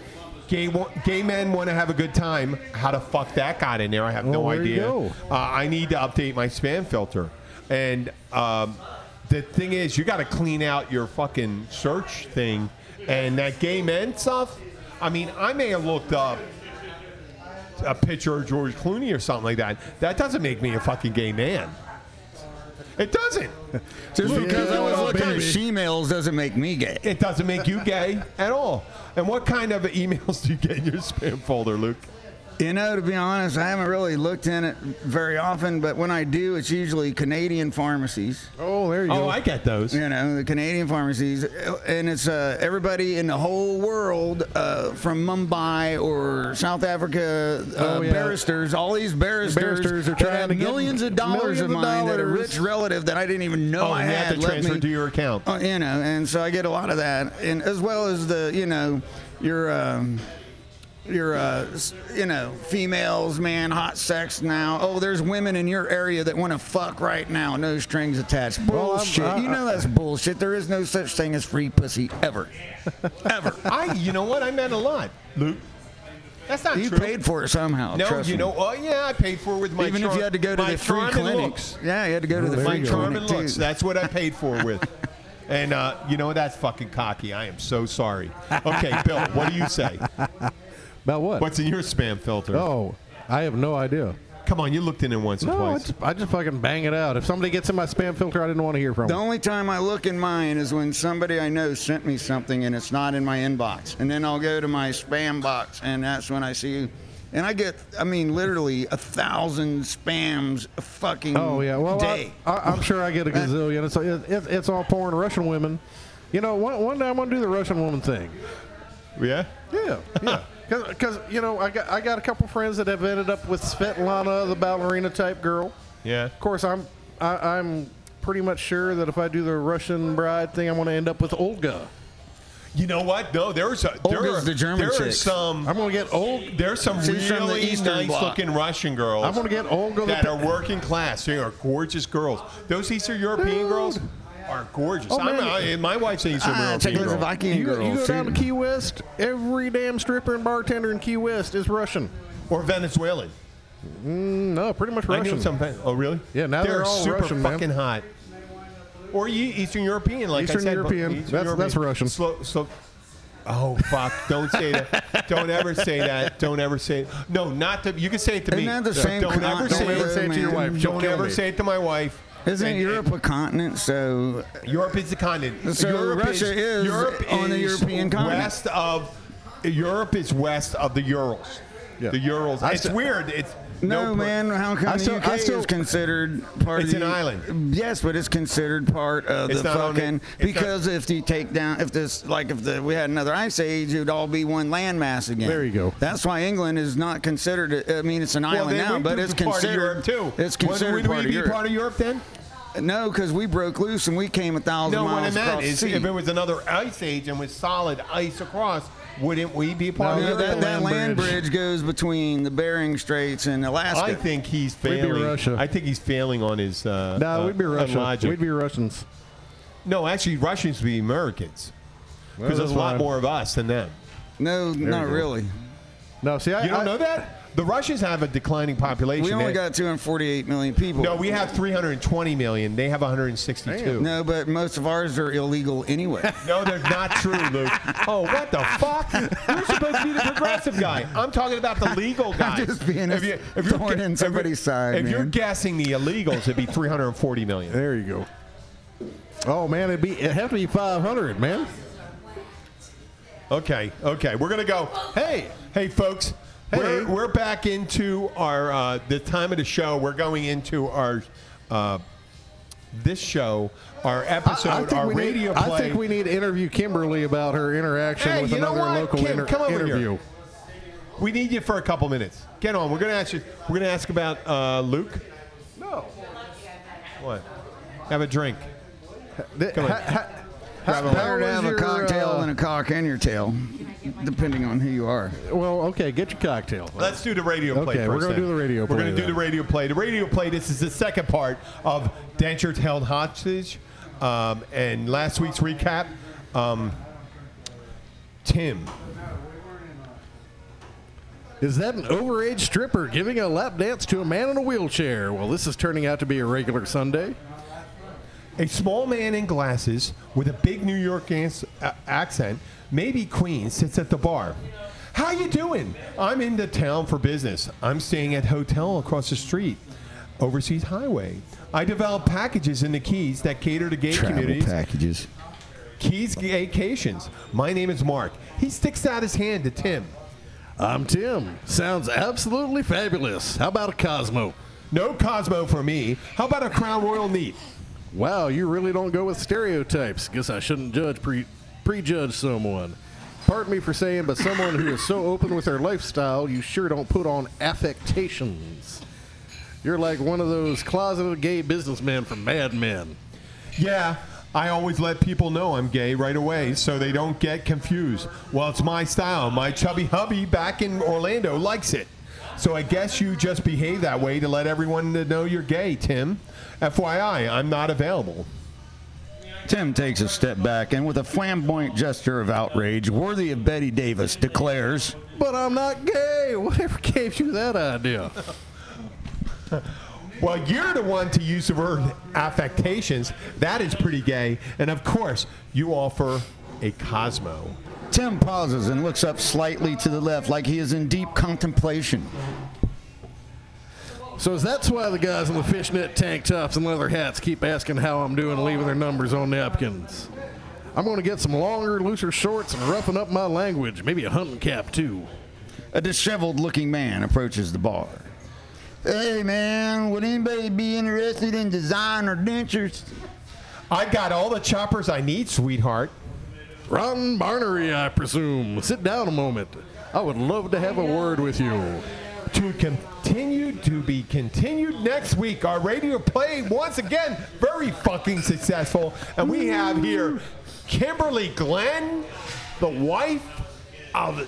Speaker 7: Gay, wa- gay men want to have a good time. How the fuck that got in there? I have no
Speaker 8: Well, there you
Speaker 7: idea.
Speaker 8: go.
Speaker 7: Uh, I need to update my spam filter. And um, the thing is, you got to clean out your fucking search thing. And that gay men stuff, I mean, I may have looked up a picture of George Clooney or something like that. That doesn't make me a fucking gay man. It doesn't.
Speaker 9: Just
Speaker 8: Look,
Speaker 9: because
Speaker 8: yeah,
Speaker 9: I was
Speaker 8: well,
Speaker 9: looking at
Speaker 8: baby.
Speaker 9: shemales doesn't make me gay.
Speaker 7: It doesn't make you gay at all. And what kind of emails do you get in your spam folder, Luke?
Speaker 9: You know, to be honest, I haven't really looked in it very often, but when I do, it's usually Canadian pharmacies.
Speaker 8: Oh, there you
Speaker 7: Oh,
Speaker 8: go.
Speaker 7: I get those.
Speaker 9: You know, the Canadian pharmacies, and it's uh, everybody in the whole world uh, from Mumbai or South Africa. Uh,
Speaker 8: Oh, yeah.
Speaker 9: barristers, all these barristers,
Speaker 8: Barristers are
Speaker 9: that
Speaker 8: trying
Speaker 9: have
Speaker 8: to get
Speaker 9: millions of dollars
Speaker 8: millions
Speaker 9: of
Speaker 8: of
Speaker 9: mine that a
Speaker 8: dollars.
Speaker 9: rich relative that I didn't even know
Speaker 7: Oh,
Speaker 9: I
Speaker 7: and they
Speaker 9: had
Speaker 7: have to
Speaker 9: left
Speaker 7: transfer
Speaker 9: me-
Speaker 7: to your account.
Speaker 9: uh, you know, and so I get a lot of that, and as well as the, you know, your, um, your, uh, s- you know, females, man, hot sex now. Oh, there's women in your area that want to fuck right now, no strings attached.
Speaker 8: Well, I'm-
Speaker 9: Bullshit.
Speaker 8: I-
Speaker 9: you know that's bullshit. There is no such thing as free pussy ever, ever.
Speaker 7: I, you know what? I met a lot, Luke. That's not
Speaker 9: you
Speaker 7: true.
Speaker 9: paid for it somehow.
Speaker 7: No,
Speaker 9: trust
Speaker 7: you
Speaker 9: me.
Speaker 7: know, oh yeah, I paid for it with my
Speaker 9: even if
Speaker 7: charm-
Speaker 9: you had to go to
Speaker 7: my
Speaker 9: the free
Speaker 7: charm and
Speaker 9: clinics.
Speaker 7: looks.
Speaker 9: Yeah, you had to go to the
Speaker 8: there
Speaker 7: my
Speaker 9: free
Speaker 8: you go.
Speaker 7: charm and
Speaker 9: clinic
Speaker 7: looks.
Speaker 9: too.
Speaker 7: That's what I paid for with. And uh, you know what? that's fucking cocky. I am so sorry. Okay, Bill, what do you say?
Speaker 8: About what?
Speaker 7: What's in your spam filter?
Speaker 8: oh, I have no idea.
Speaker 7: Come on, you looked in it once or
Speaker 8: No,
Speaker 7: twice.
Speaker 8: it's, I just fucking bang it out. If somebody gets in my spam filter, I didn't want to hear from.
Speaker 9: The
Speaker 8: them.
Speaker 9: only time I look in mine is when somebody I know sent me something and it's not in my inbox. And then I'll go to my spam box and that's when I see And I get, I mean, literally a thousand spams a fucking
Speaker 8: Oh yeah, well,
Speaker 9: day.
Speaker 8: I, I, am sure I get a gazillion. It's, it's, it's all porn Russian women. You know, one, one day I'm gonna do the Russian woman thing.
Speaker 7: yeah.
Speaker 8: Yeah, yeah. Because you know, I got I got a couple friends that have ended up with Svetlana, the ballerina type girl.
Speaker 7: Yeah.
Speaker 8: Of course, I'm I, I'm pretty much sure that if I do the Russian bride thing, I'm going to end up with Olga.
Speaker 7: You know what? No, there's a there
Speaker 9: Olga's
Speaker 7: are,
Speaker 9: the German
Speaker 7: there are
Speaker 9: chick.
Speaker 7: some
Speaker 8: I'm going to get Olga.
Speaker 7: there's some
Speaker 9: She's from the
Speaker 7: really
Speaker 9: Eastern
Speaker 7: nice
Speaker 9: Bloc.
Speaker 7: looking Russian girls.
Speaker 8: I'm going to get Olga.
Speaker 7: that
Speaker 8: the,
Speaker 7: are working class. They are gorgeous girls. Those Eastern European
Speaker 8: Dude.
Speaker 7: girls are gorgeous.
Speaker 8: Oh,
Speaker 7: I'm,
Speaker 8: man.
Speaker 7: I, and my wife's an Eastern
Speaker 9: Ah,
Speaker 7: European girl.
Speaker 9: Czechoslovakian
Speaker 8: you,
Speaker 9: girls.
Speaker 8: you go down to
Speaker 9: too.
Speaker 8: Key West, every damn stripper and bartender in Key West is Russian.
Speaker 7: or Venezuelan.
Speaker 8: No, pretty much
Speaker 7: I knew
Speaker 8: Russian.
Speaker 7: some. Ven- Oh, really?
Speaker 8: Yeah, now
Speaker 7: they're,
Speaker 8: they're all
Speaker 7: super
Speaker 8: Russian, man.
Speaker 7: fucking hot. Or E- Eastern European, like I
Speaker 8: Eastern
Speaker 7: said. but-
Speaker 8: European. That's- that's Russian.
Speaker 7: Slow, slow. Oh fuck! Don't say that. don't ever say that. Don't ever say. No, not to. You can say it to
Speaker 9: Isn't
Speaker 7: me.
Speaker 9: that the same
Speaker 7: Don't
Speaker 9: con-
Speaker 7: ever say
Speaker 9: don't
Speaker 7: it
Speaker 9: ever say it to your wife.
Speaker 8: She'll
Speaker 7: Don't
Speaker 8: kill
Speaker 7: ever
Speaker 8: me.
Speaker 7: say it to my wife.
Speaker 9: Isn't
Speaker 7: And-
Speaker 9: Europe a continent? So
Speaker 7: Europe is the continent.
Speaker 9: So
Speaker 7: Europe
Speaker 9: Russia is on the European continent.
Speaker 7: West of Europe is west of the Urals.
Speaker 8: Yeah.
Speaker 7: The Urals.
Speaker 8: I
Speaker 7: it's
Speaker 8: said-
Speaker 7: weird. It's
Speaker 9: No,
Speaker 7: pro-
Speaker 9: man. How come
Speaker 7: I
Speaker 9: the
Speaker 7: still-
Speaker 9: UK
Speaker 7: I still-
Speaker 9: is considered part
Speaker 7: It's
Speaker 9: of
Speaker 7: an
Speaker 9: the-
Speaker 7: island.
Speaker 9: Yes, but it's considered part of
Speaker 7: It's
Speaker 9: the
Speaker 7: not on the-
Speaker 9: fucking
Speaker 7: it's not-
Speaker 9: because if you take down if this like if the, we had another ice age, it would all be one landmass again.
Speaker 8: There you go.
Speaker 9: That's why England is not considered. I mean, it's an
Speaker 7: Well,
Speaker 9: island
Speaker 7: then
Speaker 9: now,
Speaker 7: we
Speaker 9: but
Speaker 7: could
Speaker 9: it's
Speaker 7: be part of Europe
Speaker 9: considered
Speaker 7: too.
Speaker 9: It's
Speaker 7: Would-
Speaker 9: considered
Speaker 7: would,
Speaker 9: part,
Speaker 7: we
Speaker 9: of
Speaker 7: be
Speaker 9: Europe.
Speaker 7: part of Europe then?
Speaker 9: No, because we broke loose and we came a thousand
Speaker 7: No, what I
Speaker 9: miles
Speaker 7: meant
Speaker 9: across
Speaker 7: is
Speaker 9: the sea.
Speaker 7: if it was another ice age and was solid ice across, wouldn't we be part
Speaker 9: No,
Speaker 7: of
Speaker 9: that,
Speaker 7: Europe?
Speaker 9: that land
Speaker 8: land bridge.
Speaker 9: bridge goes between the Bering Straits and Alaska.
Speaker 7: I think he's
Speaker 8: We'd be
Speaker 7: failing.
Speaker 8: Russia.
Speaker 7: I think he's failing on his. Uh,
Speaker 8: No,
Speaker 7: uh,
Speaker 8: we'd be
Speaker 7: on
Speaker 8: Russian.
Speaker 7: logic.
Speaker 8: We'd be Russians.
Speaker 7: no, actually, Russians would be Americans
Speaker 8: Well,
Speaker 7: because there's a
Speaker 8: that's
Speaker 7: lot
Speaker 8: fine.
Speaker 7: more of us than them.
Speaker 9: no, not
Speaker 8: go.
Speaker 9: really.
Speaker 8: No, see, I
Speaker 7: You don't
Speaker 8: I-
Speaker 7: know that the Russians have a declining population.
Speaker 9: We only
Speaker 7: They-
Speaker 9: got 248 million people.
Speaker 7: no, we have 320 million. They have 162.
Speaker 8: Damn.
Speaker 9: No, but most of ours are illegal anyway.
Speaker 7: No, they're not true, Luke. Oh, what the fuck? You're supposed to be the progressive guy. I'm talking about the legal guy.
Speaker 9: just being a thorn in somebody's side,
Speaker 7: If you're
Speaker 9: man.
Speaker 7: guessing the illegals, it'd be 340 million.
Speaker 8: There you go. Oh man, it'd be it'd have to be 500, man.
Speaker 7: Okay, okay, we're gonna go. Hey, hey, folks. Hey, we're, we're back into our uh, the time of the show. We're going into our uh, this show, our episode, our
Speaker 8: we
Speaker 7: radio
Speaker 8: need,
Speaker 7: play.
Speaker 8: I think we need to interview Kimberly about her interaction
Speaker 7: Hey,
Speaker 8: with
Speaker 7: you know
Speaker 8: another
Speaker 7: what,
Speaker 8: local
Speaker 7: Kim,
Speaker 8: inter-
Speaker 7: come over here.
Speaker 8: interview.
Speaker 7: We need you for a couple minutes. Get on. We're gonna ask you. We're gonna ask about uh, Luke.
Speaker 8: No.
Speaker 7: What? Have a drink.
Speaker 8: Th-
Speaker 7: Come on.
Speaker 8: ha- ha-
Speaker 7: Grab
Speaker 8: how- how
Speaker 7: a-
Speaker 9: Better to
Speaker 8: was
Speaker 9: have a
Speaker 8: your,
Speaker 9: cocktail
Speaker 8: uh,
Speaker 9: than a cock in your tail, depending on who you are.
Speaker 8: Well, okay, get your cocktail.
Speaker 7: Let's do the radio play.
Speaker 8: Okay,
Speaker 7: first
Speaker 8: we're gonna
Speaker 7: then.
Speaker 8: do the radio
Speaker 7: We're
Speaker 8: play
Speaker 7: gonna do
Speaker 8: then.
Speaker 7: the radio play. The radio play. This is the second part of Danchard held hostage, um, and last week's recap. Um, Tim,
Speaker 8: Is that an overage stripper giving a lap dance to a man in a wheelchair? Well, this is turning out to be a regular Sunday.
Speaker 7: a small man in glasses with a big New York ans- a- accent, maybe Queens, sits at the bar. How you doing? I'm into town for business. I'm staying at hotel across the street, Overseas Highway. I develop packages in the Keys that cater to gay communities.
Speaker 9: packages.
Speaker 7: Keys Vacations. My name is Mark. He sticks out his hand to Tim.
Speaker 8: I'm Tim. Sounds absolutely fabulous. How about a Cosmo?
Speaker 7: No Cosmo for me. How about a Crown Royal neat?
Speaker 8: Wow, you really don't go with stereotypes. Guess I shouldn't judge pre prejudge someone. Pardon me for saying, but someone who is so open with their lifestyle, you sure don't put on affectations. You're like one of those closeted gay businessmen from Mad Men.
Speaker 7: Yeah, I always let people know I'm gay right away so they don't get confused. Well, it's my style. My chubby hubby back in Orlando likes it. So I guess you just behave that way to let everyone to know you're gay, Tim. FYI, I'm not available.
Speaker 9: Tim takes a step back and, with a flamboyant gesture of outrage worthy of Betty Davis, declares,
Speaker 8: But I'm not gay. Whatever gave you that idea?
Speaker 7: Well, you're the one to use the word affectations. That is pretty gay. And of course, you offer a Cosmo.
Speaker 9: Tim pauses and looks up slightly to the left like he is in deep contemplation.
Speaker 8: So is that's why the guys in the fishnet tank tops and leather hats keep asking how I'm doing, and leaving their numbers on napkins. I'm going to get some longer, looser shorts and roughing up my language. Maybe a hunting cap too.
Speaker 9: A disheveled looking man approaches the bar. Hey, man, would anybody be interested in designer dentures?
Speaker 7: I got all the choppers I need, sweetheart.
Speaker 8: Ron Barnery, I presume. Sit down a moment. I would love to have a word with you.
Speaker 7: To continue to be continued next week. Our radio play once again very fucking successful, and we have here Kimberly Glenn, the wife of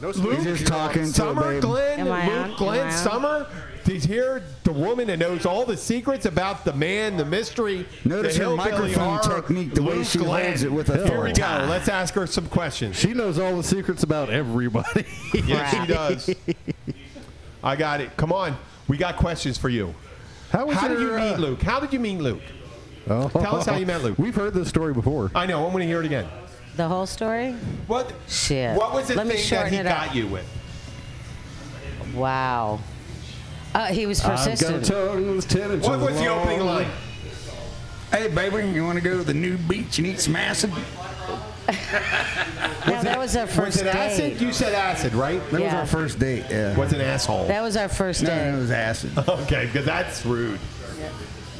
Speaker 8: No
Speaker 7: Luke
Speaker 9: He's just talking to a
Speaker 7: Summer
Speaker 9: babe.
Speaker 7: Glenn,
Speaker 6: Am I on?
Speaker 7: Luke Glenn
Speaker 6: Am I on?
Speaker 7: Summer. He's here, the woman that knows all the secrets about the man, the mystery.
Speaker 9: Notice
Speaker 7: the
Speaker 9: her
Speaker 7: hillbilly
Speaker 9: microphone
Speaker 7: horror,
Speaker 9: technique, the way
Speaker 7: Luke
Speaker 9: she
Speaker 7: Glenn.
Speaker 9: holds it with
Speaker 7: Here we
Speaker 9: authority.
Speaker 7: go. Let's ask her some questions.
Speaker 8: She knows all the secrets about everybody.
Speaker 7: Yes, she does. I got it. Come on. We got questions for you.
Speaker 8: how was
Speaker 7: How did you
Speaker 8: your,
Speaker 7: meet
Speaker 8: uh,
Speaker 7: Luke? How did you meet Luke?
Speaker 8: oh.
Speaker 7: Tell us how you met Luke. Uh,
Speaker 8: We've heard this story before.
Speaker 7: I know. I'm going to hear it again.
Speaker 6: The whole story?
Speaker 7: What?
Speaker 6: Shit.
Speaker 7: What was the
Speaker 6: Let me
Speaker 7: thing that
Speaker 6: shorten
Speaker 7: he
Speaker 6: it up.
Speaker 7: got you with?
Speaker 6: Wow. Uh, he was
Speaker 8: I've got a
Speaker 6: persistent.
Speaker 8: tongue that's ten inches
Speaker 7: What was the
Speaker 8: long.
Speaker 7: opening line?
Speaker 9: Hey, baby, you want to go to the new beach and eat some acid?
Speaker 6: No, that was our first
Speaker 7: Was it
Speaker 6: date.
Speaker 7: acid? You said acid, right?
Speaker 9: That was
Speaker 6: Yeah.
Speaker 9: our first date. Yeah.
Speaker 7: Was an asshole.
Speaker 6: That was our first
Speaker 9: No,
Speaker 6: date.
Speaker 9: it was acid.
Speaker 7: okay, because that's rude.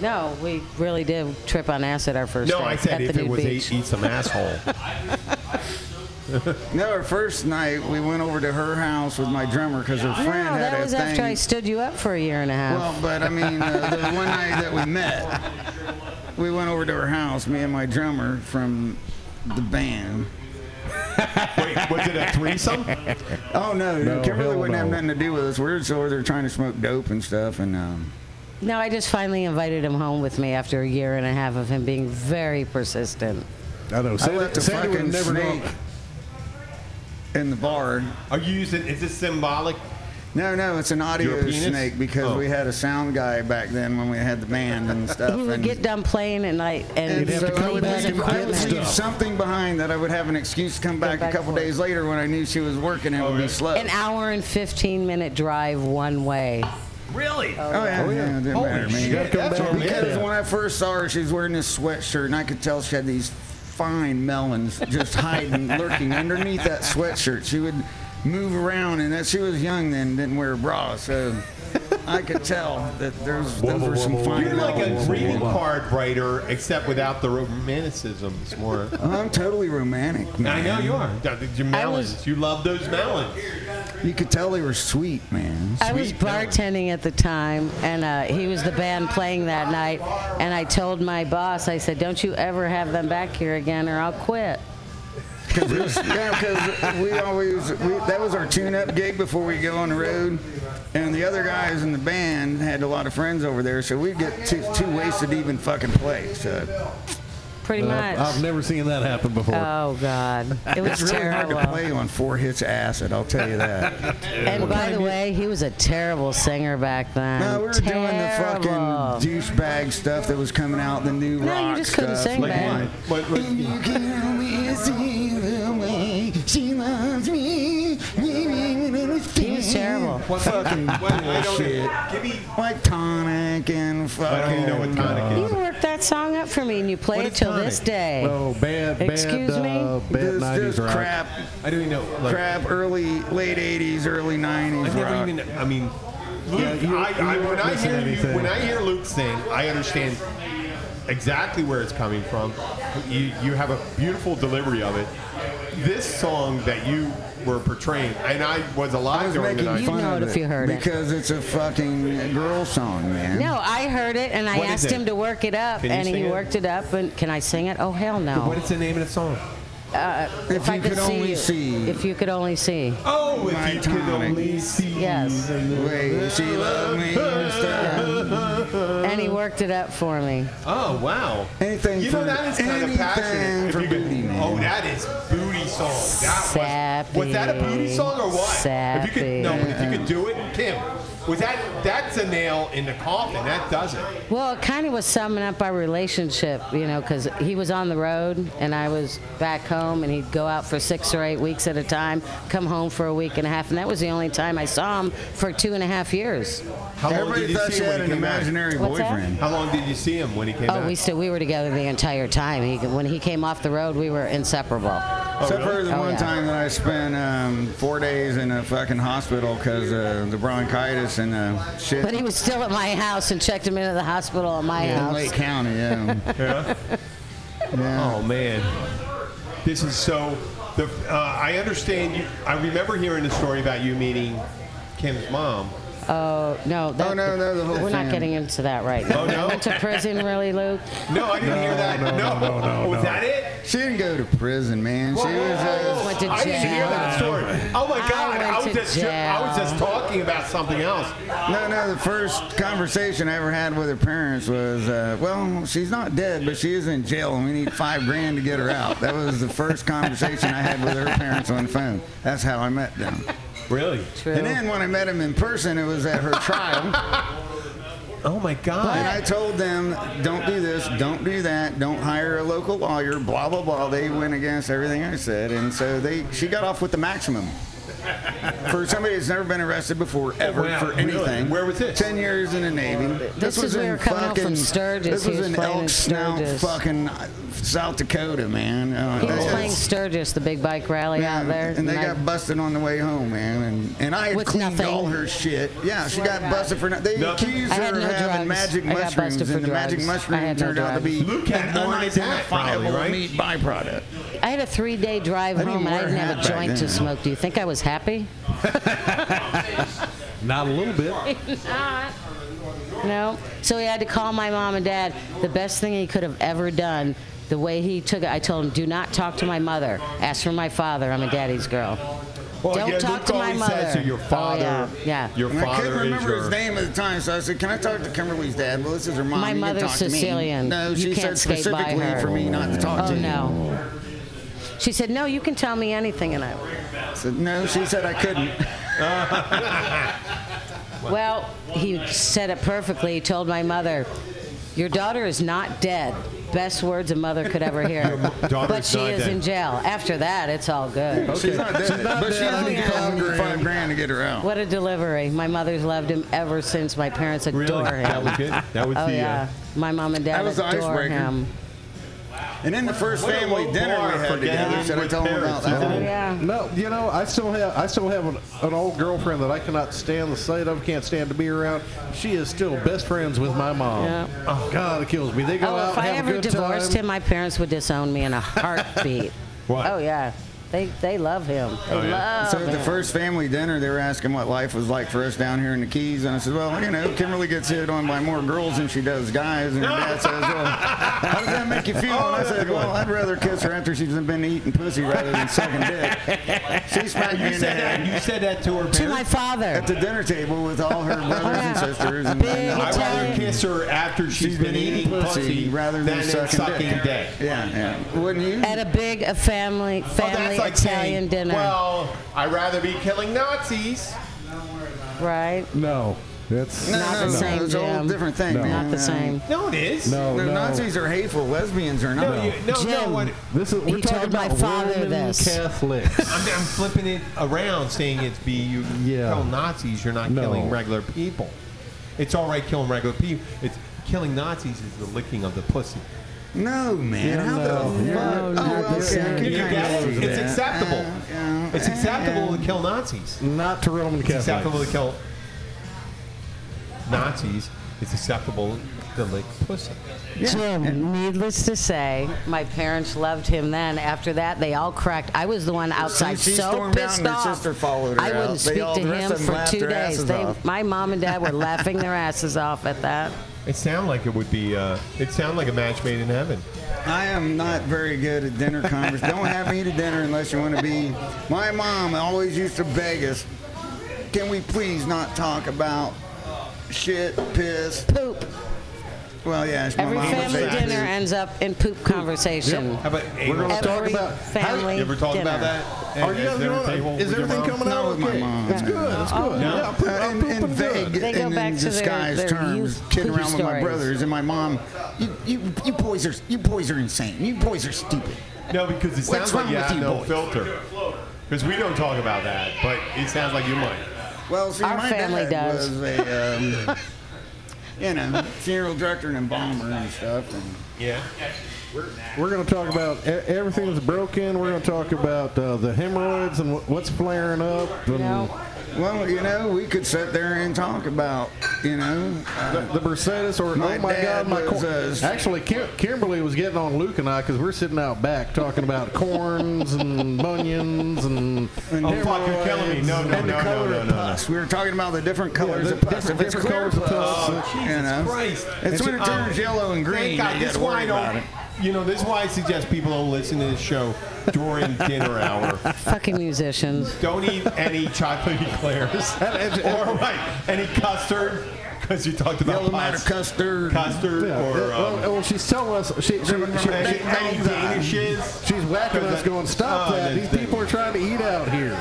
Speaker 6: No, we really did trip on acid our first
Speaker 7: No,
Speaker 6: day
Speaker 7: I said
Speaker 6: at
Speaker 7: if
Speaker 6: the
Speaker 7: it
Speaker 6: nude
Speaker 7: was
Speaker 6: beach.
Speaker 7: eight, eat some asshole.
Speaker 9: no, our first night we went over to her house with my drummer because her
Speaker 6: no,
Speaker 9: friend had
Speaker 6: Oh, that
Speaker 9: a
Speaker 6: was
Speaker 9: thing.
Speaker 6: after I stood you up for a year and a half.
Speaker 9: Well, but I mean, uh, the one night that we met, we went over to her house, me and my drummer from the band.
Speaker 7: Wait, was it a threesome?
Speaker 9: Oh no,
Speaker 8: No,
Speaker 9: Kimberly
Speaker 8: hell
Speaker 9: wouldn't have
Speaker 8: no.
Speaker 9: nothing to do with us. We were just over there trying to smoke dope and stuff, and um,
Speaker 6: no, I just finally invited him home with me after a year and a half of him being very persistent.
Speaker 8: I know.
Speaker 9: I left
Speaker 8: Sandy,
Speaker 9: a
Speaker 8: Sandy would
Speaker 9: fucking
Speaker 8: never
Speaker 9: snake
Speaker 8: know.
Speaker 9: in the bar.
Speaker 7: Are you using? Is this symbolic?
Speaker 9: No, no, it's an
Speaker 7: Your
Speaker 9: audio
Speaker 7: penis?
Speaker 9: snake because
Speaker 7: Oh.
Speaker 9: we had a sound guy back then when we had the band and stuff.
Speaker 6: He would
Speaker 9: and,
Speaker 6: get done playing at night and
Speaker 9: And
Speaker 8: You'd have
Speaker 9: so
Speaker 8: to
Speaker 9: I
Speaker 8: come
Speaker 9: would
Speaker 6: leave
Speaker 8: back
Speaker 6: his
Speaker 9: leave,
Speaker 8: and
Speaker 9: I would
Speaker 8: quit
Speaker 9: leave
Speaker 6: equipment.
Speaker 8: stuff.
Speaker 9: something behind that I would have an excuse to come back,
Speaker 6: back
Speaker 9: a couple
Speaker 6: for it.
Speaker 9: days later when I knew she was working and it would be slow.
Speaker 6: An hour and 15 minute drive one way.
Speaker 7: Really?
Speaker 9: Oh yeah, yeah. it didn't
Speaker 7: Holy
Speaker 9: matter, man.
Speaker 7: shit,
Speaker 8: You gotta come
Speaker 7: that's
Speaker 8: back.
Speaker 7: romantic.
Speaker 9: Because when I first saw her, she was wearing this sweatshirt, and I could tell she had these fine melons just hiding, lurking underneath that sweatshirt. She would move around, and that she was young then, didn't wear a bra, so I could tell that there's those were some fine.
Speaker 7: You're like a
Speaker 9: melons.
Speaker 7: greeting card writer, except without the romanticism. It's more.
Speaker 9: I'm totally romantic,
Speaker 7: I
Speaker 9: man.
Speaker 7: know you are. Th- th- Your melons.
Speaker 6: was-
Speaker 7: you love those melons.
Speaker 9: You could tell they were sweet, man.
Speaker 6: I was
Speaker 7: Sweet melon.
Speaker 6: bartending at the time, and uh, he was the band playing that night. And I told my boss, I said, "Don't you ever have them back here again, or I'll quit."
Speaker 9: Cause it was, yeah, because we always we, that was our tune-up gig before we go on the road, and the other guys in the band had a lot of friends over there, so we'd get too, too wasted to even fucking play. So
Speaker 6: Pretty
Speaker 8: Uh,
Speaker 6: much.
Speaker 8: I've never seen that happen before.
Speaker 6: oh God, it was
Speaker 9: it's really hard
Speaker 6: terrible.
Speaker 9: to play on four hits of acid. I'll tell you that.
Speaker 6: and by the way, he was a terrible singer back then.
Speaker 9: no, we were doing
Speaker 6: Terrible.
Speaker 9: the fucking douchebag stuff that was coming out, the new
Speaker 6: No, you
Speaker 9: rock
Speaker 6: just couldn't
Speaker 9: stuff.
Speaker 6: sing
Speaker 9: like,
Speaker 6: that.
Speaker 9: what?
Speaker 7: What- what-
Speaker 9: And you can only see the way she loves me. He
Speaker 6: He was terrible.
Speaker 7: What fucking what, I don't,
Speaker 9: Shit.
Speaker 7: Give me.
Speaker 9: Like tonic and
Speaker 7: I don't
Speaker 9: fucking. uh,
Speaker 7: even know what tonic
Speaker 6: You
Speaker 7: is.
Speaker 6: worked that song up for me, and you play
Speaker 7: What
Speaker 6: it
Speaker 7: is
Speaker 6: till
Speaker 7: tonic?
Speaker 6: this day.
Speaker 8: Oh, bad, bad,
Speaker 6: Excuse me?
Speaker 8: uh, bad
Speaker 9: This- this
Speaker 8: 90s rock.
Speaker 9: crap,
Speaker 7: I don't even know. Like,
Speaker 9: crap, early late '80s, early
Speaker 7: I
Speaker 9: '90s
Speaker 7: never
Speaker 9: rock.
Speaker 7: even. I mean, Luke.
Speaker 8: you-
Speaker 7: I, I,
Speaker 8: you
Speaker 7: when
Speaker 8: weren't
Speaker 7: I hear
Speaker 8: missing
Speaker 7: you,
Speaker 8: anything.
Speaker 7: when I hear Luke sing, I understand exactly where it's coming from. You, you have a beautiful delivery of it. This song that you were portraying, and I was
Speaker 9: I
Speaker 7: alive
Speaker 9: was
Speaker 7: during the
Speaker 9: making
Speaker 7: night.
Speaker 6: You
Speaker 9: fun
Speaker 6: know
Speaker 9: of
Speaker 6: it if you heard it.
Speaker 9: because it's a fucking girl song, man.
Speaker 6: No, I heard it and I
Speaker 7: What is
Speaker 6: asked
Speaker 7: it?
Speaker 6: him to work it up,
Speaker 7: Can you
Speaker 6: and he
Speaker 7: sing it?
Speaker 6: worked it up. And can I sing it? Oh hell
Speaker 7: What
Speaker 6: no!
Speaker 7: is the name of the song?
Speaker 9: if, you could, only
Speaker 6: you,
Speaker 9: see
Speaker 6: if you could only see.
Speaker 7: Oh,
Speaker 9: My
Speaker 7: if you could
Speaker 9: tonic.
Speaker 7: only see.
Speaker 6: Yes.
Speaker 9: the way she loved me, and stuff.
Speaker 6: And he worked it up for me.
Speaker 7: Oh wow!
Speaker 9: Anything
Speaker 7: you know
Speaker 9: for-
Speaker 7: that is kind of
Speaker 9: anything
Speaker 7: passionate. If
Speaker 9: for
Speaker 7: you could-
Speaker 9: booty, man.
Speaker 7: Oh, that is booty song. That was, was that a booty
Speaker 6: Sappy.
Speaker 7: song or what? If you could, no,
Speaker 6: Sappy.
Speaker 7: if you could do it, Kim. Was that that's a nail in the coffin? That does it.
Speaker 6: Well, it kind of was summing up our relationship, you know, because he was on the road and I was back home, and he'd go out for six or eight weeks at a time, come home for a week and a half, and that was the only time I saw him for two and a half years.
Speaker 7: How long did
Speaker 9: Everybody
Speaker 7: you
Speaker 9: thought
Speaker 7: see
Speaker 9: she
Speaker 7: him
Speaker 9: had
Speaker 7: when
Speaker 9: an
Speaker 7: he came back?
Speaker 9: imaginary
Speaker 6: What's that?
Speaker 9: boyfriend.
Speaker 7: How long did you see him when he came
Speaker 6: Oh,
Speaker 7: back?
Speaker 6: we still we were together the entire time. He, when he came off the road, we were inseparable.
Speaker 9: Except for the
Speaker 6: Oh,
Speaker 9: one
Speaker 6: yeah.
Speaker 9: time that I spent um, four days in a fucking hospital because uh, the bronchitis and uh, shit.
Speaker 6: But he was still at my house and checked him into the hospital at my
Speaker 9: in
Speaker 6: house.
Speaker 9: Lake County, yeah.
Speaker 7: Yeah?
Speaker 9: yeah.
Speaker 7: Oh man, this is so. The, uh, I understand. You, I remember hearing the story about you meeting Kim's mom.
Speaker 6: No, that,
Speaker 9: Oh, no, no, the whole
Speaker 6: we're
Speaker 9: thing.
Speaker 6: not getting into that right now.
Speaker 7: Oh, no?
Speaker 6: Went to prison, really, Luke?
Speaker 7: No, I didn't hear that.
Speaker 8: no,
Speaker 7: no,
Speaker 8: no, no,
Speaker 7: was
Speaker 8: no.
Speaker 7: that it?
Speaker 9: She didn't go to prison, man. She was. Uh,
Speaker 6: went to
Speaker 7: I didn't hear that
Speaker 6: jail.
Speaker 7: story. Oh my
Speaker 6: I
Speaker 7: god, I,
Speaker 6: went
Speaker 7: was
Speaker 6: to
Speaker 7: just I was just
Speaker 6: jail.
Speaker 7: talking about something else.
Speaker 9: No, no. The first conversation I ever had with her parents was, uh, "Well, she's not dead, but she is in jail, and we need five grand to get her out." That was the first conversation I had with her parents on the phone. That's how I met them.
Speaker 7: Really?
Speaker 9: And then when I met him in person, it was at her trial,
Speaker 7: Oh my
Speaker 9: and I
Speaker 7: god.
Speaker 9: told them, "Don't do this, don't do that, don't hire a local lawyer, blah blah blah." They went against everything I said, and so they she got off with the maximum. for somebody that's never been arrested before, ever,
Speaker 7: wow,
Speaker 9: for
Speaker 7: really?
Speaker 9: anything.
Speaker 7: Where was this?
Speaker 9: Ten years in the Navy.
Speaker 6: This is where we were coming out from Sturgis.
Speaker 9: This
Speaker 6: He
Speaker 9: was,
Speaker 6: was
Speaker 9: in
Speaker 6: playing in
Speaker 9: Elk Snout,
Speaker 6: Sturgis.
Speaker 9: fucking uh, South Dakota, man. Uh,
Speaker 6: He was
Speaker 9: that's-
Speaker 6: playing Sturgis, the big bike rally
Speaker 9: yeah,
Speaker 6: out there.
Speaker 9: and they
Speaker 6: I-
Speaker 9: got busted on the way home, man. And, and I had
Speaker 6: With
Speaker 9: cleaned
Speaker 6: nothing.
Speaker 9: all her shit. Yeah, she
Speaker 6: Swear to
Speaker 9: got
Speaker 6: God.
Speaker 9: busted for nothing. They
Speaker 7: Nothing.
Speaker 9: accused
Speaker 6: I
Speaker 9: her
Speaker 6: had
Speaker 9: of
Speaker 6: no
Speaker 9: having
Speaker 6: drugs.
Speaker 9: magic
Speaker 6: I got busted
Speaker 9: mushrooms,
Speaker 6: for
Speaker 9: and the magic
Speaker 6: drugs.
Speaker 9: mushroom
Speaker 6: I had no
Speaker 9: turned out to
Speaker 6: drugs.
Speaker 9: be
Speaker 7: Luke had
Speaker 9: an
Speaker 7: no idea,
Speaker 9: unidentifiable
Speaker 7: probably, right?
Speaker 9: meat byproduct.
Speaker 6: I had a three day drive
Speaker 9: didn't
Speaker 6: home and I
Speaker 9: wear a
Speaker 6: didn't have
Speaker 9: hat
Speaker 6: a
Speaker 9: back
Speaker 6: joint
Speaker 9: then.
Speaker 6: to smoke. Do you think I was happy?
Speaker 8: Not a little bit.
Speaker 6: No. So he had to call my mom and dad. The best thing he could have ever done, the way he took it, I told him, do not talk to my mother. Ask for my father. I'm a daddy's girl.
Speaker 7: Well,
Speaker 6: Don't
Speaker 7: yeah,
Speaker 6: talk
Speaker 7: Luke
Speaker 6: to my
Speaker 7: always says
Speaker 6: mother.
Speaker 7: that your
Speaker 6: Oh,
Speaker 7: father,
Speaker 6: yeah, yeah.
Speaker 7: your
Speaker 9: And I couldn't
Speaker 7: father is
Speaker 9: remember
Speaker 7: your.
Speaker 9: his name at the time, so I said, "Can I talk to Kimberly's dad?" Well, this is her mom.
Speaker 6: My
Speaker 9: you can
Speaker 6: mother's
Speaker 9: talk to me."
Speaker 6: Sicilian.
Speaker 9: No,
Speaker 6: You
Speaker 9: she
Speaker 6: can't
Speaker 9: said
Speaker 6: skate by
Speaker 9: specifically
Speaker 6: her.
Speaker 9: for me not to talk
Speaker 6: Oh,
Speaker 9: to you.
Speaker 6: no. She said, no, you can tell me anything. And I,
Speaker 9: I said, no, she said I couldn't.
Speaker 6: well, he said it perfectly. He told my mother, your daughter is not dead. Best words a mother could ever hear.
Speaker 7: daughter
Speaker 6: but
Speaker 7: is
Speaker 6: she
Speaker 7: not
Speaker 6: is
Speaker 7: dead.
Speaker 6: in jail. After that, it's all good.
Speaker 9: She's not dead, but she
Speaker 6: dead.
Speaker 9: only
Speaker 6: Oh, yeah.
Speaker 9: five grand. five grand to get her out.
Speaker 6: What a delivery. My mother's loved him ever since. My parents adore
Speaker 7: Really?
Speaker 6: him.
Speaker 7: That was good. That was
Speaker 6: oh,
Speaker 7: the.
Speaker 6: yeah.
Speaker 7: Uh,
Speaker 6: My mom and dad
Speaker 9: That was the
Speaker 6: adore
Speaker 9: icebreaker.
Speaker 6: him.
Speaker 9: And then the first
Speaker 7: What a
Speaker 9: family
Speaker 7: low
Speaker 9: dinner
Speaker 7: bar
Speaker 9: we
Speaker 7: for
Speaker 9: had together,
Speaker 7: gathering
Speaker 9: should I
Speaker 7: with
Speaker 9: tell them about
Speaker 7: parents, isn't
Speaker 9: that?
Speaker 6: Oh, yeah.
Speaker 8: No, you know, I still have I still have an, an old girlfriend that I cannot stand the sight of, can't stand to be around. She is still best friends with my mom.
Speaker 6: Yeah.
Speaker 8: Oh God, it kills me. They go
Speaker 6: Oh,
Speaker 8: out
Speaker 6: if I
Speaker 8: have a
Speaker 6: ever
Speaker 8: good
Speaker 6: divorced
Speaker 8: time.
Speaker 6: him, my parents would disown me in a heartbeat.
Speaker 7: What?
Speaker 6: Oh, yeah. They, they love him. They
Speaker 7: Oh, yeah.
Speaker 6: love
Speaker 9: So at the
Speaker 6: him.
Speaker 9: first family dinner, they were asking what life was like for us down here in the Keys, and I said, "Well, you know, Kimberly gets hit on by more girls than she does guys." And her dad says, "Well, how does that make you feel?" And I said, "Well, I'd rather kiss her after she's been eating pussy rather than sucking dick." She smacked me in the head
Speaker 7: you said that to her
Speaker 6: to my father.
Speaker 9: at the dinner table with all her brothers and
Speaker 6: yeah.
Speaker 9: sisters. And
Speaker 6: Big
Speaker 9: and
Speaker 7: I
Speaker 9: I-
Speaker 7: rather
Speaker 6: Italian.
Speaker 7: kiss her after she's been eating pussy
Speaker 9: rather than, sucking,
Speaker 7: sucking dick.
Speaker 9: Yeah, yeah. Wouldn't you?
Speaker 6: At a big a family
Speaker 7: Oh, that's
Speaker 6: family
Speaker 7: like saying,
Speaker 6: Italian dinner,
Speaker 7: Well, I'd rather be killing Nazis.
Speaker 6: right?
Speaker 8: No, that's
Speaker 9: no,
Speaker 6: not
Speaker 9: no,
Speaker 6: the
Speaker 9: no,
Speaker 6: same,
Speaker 9: It's a whole
Speaker 6: Jim.
Speaker 9: different thing. man.
Speaker 6: Not the same.
Speaker 7: No, it is.
Speaker 8: no,
Speaker 9: The
Speaker 8: no.
Speaker 9: Nazis are hateful. Lesbians are not.
Speaker 7: No, you, no, no.
Speaker 6: Jim.
Speaker 7: What, I'm,
Speaker 8: This is we're
Speaker 6: He
Speaker 8: talking
Speaker 6: told my
Speaker 8: about
Speaker 6: father
Speaker 8: Roman
Speaker 6: this.
Speaker 8: Catholics.
Speaker 7: I'm flipping it around, saying it's be you
Speaker 8: Yeah.
Speaker 7: kill Nazis, you're not
Speaker 8: No.
Speaker 7: killing regular people. It's all right killing regular people. It's killing Nazis is the licking of the pussy.
Speaker 9: No, man.
Speaker 8: Yeah,
Speaker 9: how
Speaker 8: no.
Speaker 9: the
Speaker 8: Yeah,
Speaker 9: fuck?
Speaker 8: no,
Speaker 9: oh,
Speaker 8: not
Speaker 9: well,
Speaker 8: the
Speaker 9: okay. I
Speaker 8: same.
Speaker 9: can
Speaker 7: You
Speaker 9: kinda
Speaker 7: get
Speaker 9: see
Speaker 7: it? It's
Speaker 9: that.
Speaker 7: acceptable.
Speaker 9: Uh, yeah,
Speaker 7: It's
Speaker 9: uh,
Speaker 7: acceptable
Speaker 9: yeah.
Speaker 7: to kill Nazis.
Speaker 8: Not to Roman
Speaker 7: It's acceptable to
Speaker 8: Catholics.
Speaker 7: kill Nazis. It's acceptable to lick pussy.
Speaker 6: Jim, needless to say, my parents loved him then. After that, they all cracked. I was the one outside
Speaker 9: She- she
Speaker 6: so
Speaker 9: stormed out
Speaker 6: pissed
Speaker 9: and her
Speaker 6: off.
Speaker 9: sister followed her
Speaker 6: I wouldn't
Speaker 9: out. They
Speaker 6: speak
Speaker 9: all-
Speaker 6: to
Speaker 9: the rest
Speaker 6: him
Speaker 9: of 'em
Speaker 6: for
Speaker 9: laughed
Speaker 6: two
Speaker 9: their
Speaker 6: days.
Speaker 9: asses
Speaker 6: They,
Speaker 9: off.
Speaker 6: my mom and dad were laughing their asses off at that.
Speaker 7: It sounded like it would be. Uh, it sounded like a match made in heaven.
Speaker 9: I am not very good at dinner conversation. Don't have me to dinner unless you want to be. My mom always used to beg us, can we please not talk about shit, piss?
Speaker 6: Poop.
Speaker 9: Well, yeah, it's my
Speaker 6: Every
Speaker 9: mom. would
Speaker 6: family
Speaker 9: say that.
Speaker 6: dinner ends up in poop conversation.
Speaker 7: How about
Speaker 8: We're
Speaker 7: anal
Speaker 8: going to
Speaker 7: sex?
Speaker 8: talk
Speaker 6: Every
Speaker 8: about.
Speaker 6: family
Speaker 7: You ever talk
Speaker 6: dinner.
Speaker 7: about that?
Speaker 8: Are you guys doing
Speaker 7: table
Speaker 8: Is
Speaker 7: with your
Speaker 8: everything
Speaker 7: mom?
Speaker 8: coming
Speaker 9: Not
Speaker 8: out
Speaker 9: with my
Speaker 8: okay?
Speaker 9: mom.
Speaker 8: It's good. It's good.
Speaker 7: No.
Speaker 8: Yeah, I'm pooping,
Speaker 9: Uh,
Speaker 8: I'm
Speaker 9: in, in
Speaker 8: pooping
Speaker 9: vague,
Speaker 8: good.
Speaker 6: They go
Speaker 9: and
Speaker 6: back
Speaker 9: in
Speaker 6: to their-
Speaker 9: disguised
Speaker 6: their
Speaker 9: terms,
Speaker 6: youth
Speaker 9: kidding
Speaker 6: poopy
Speaker 9: around with my
Speaker 6: stories.
Speaker 9: brothers and my mom. You, you, you boys are, you boys are insane. You boys are stupid.
Speaker 7: No, because it
Speaker 9: What's
Speaker 7: sounds like
Speaker 9: wrong
Speaker 7: you
Speaker 9: with
Speaker 7: have
Speaker 9: you
Speaker 7: no
Speaker 9: boys?
Speaker 7: filter. Because we don't talk about that, but it sounds like you might.
Speaker 9: Well, see,
Speaker 6: Our
Speaker 9: my
Speaker 6: family
Speaker 9: dad
Speaker 6: does.
Speaker 9: was a, um, you know, funeral director and embalmer and stuff. And
Speaker 7: Yeah.
Speaker 8: We're going to talk about e- everything that's broken. We're going to talk about uh, the hemorrhoids and wh- what's flaring up. And
Speaker 6: No.
Speaker 9: well, you know, we could sit there and talk about, you know, uh,
Speaker 8: The, the Mercedes, or
Speaker 9: My
Speaker 8: oh my
Speaker 9: dad
Speaker 8: God, my corn.
Speaker 9: was, uh,
Speaker 8: Actually, Kim- Kimberly was getting on Luke and I because we're sitting out back talking about corns and bunions and
Speaker 9: And-
Speaker 7: Oh, fuck, you're killing me. No, no,
Speaker 9: and the
Speaker 7: no, no,
Speaker 9: color
Speaker 7: no,
Speaker 9: of
Speaker 7: no, no.
Speaker 9: pus. We were talking about the different colors
Speaker 8: the
Speaker 9: of pus.
Speaker 8: different-
Speaker 9: If it's clear
Speaker 8: different colors of
Speaker 9: pus,
Speaker 8: pus. Oh,
Speaker 9: you
Speaker 7: Jesus
Speaker 9: know,
Speaker 7: Christ.
Speaker 9: It's when it
Speaker 7: Um,
Speaker 9: turns yellow and
Speaker 7: Thank
Speaker 9: green.
Speaker 7: God.
Speaker 9: you
Speaker 7: This
Speaker 9: gotta
Speaker 7: is why
Speaker 9: worry
Speaker 7: I
Speaker 9: about it.
Speaker 7: don't. You know, this is why I suggest people don't listen to this show during dinner hour.
Speaker 6: Fucking musicians.
Speaker 7: Don't eat any chocolate eclairs or like any custard because you talked about
Speaker 9: Yellow
Speaker 7: pus.
Speaker 9: matter custard.
Speaker 7: custard
Speaker 8: Yeah,
Speaker 7: or
Speaker 8: yeah, well,
Speaker 7: um,
Speaker 8: well, she's telling us she, she, she,
Speaker 7: any,
Speaker 9: Big
Speaker 7: any
Speaker 9: Mac time.
Speaker 7: danishes.
Speaker 8: she's whacking us, going, "Stop
Speaker 7: Oh,
Speaker 8: that!
Speaker 7: this
Speaker 8: These
Speaker 7: thing.
Speaker 8: people are trying to eat out here."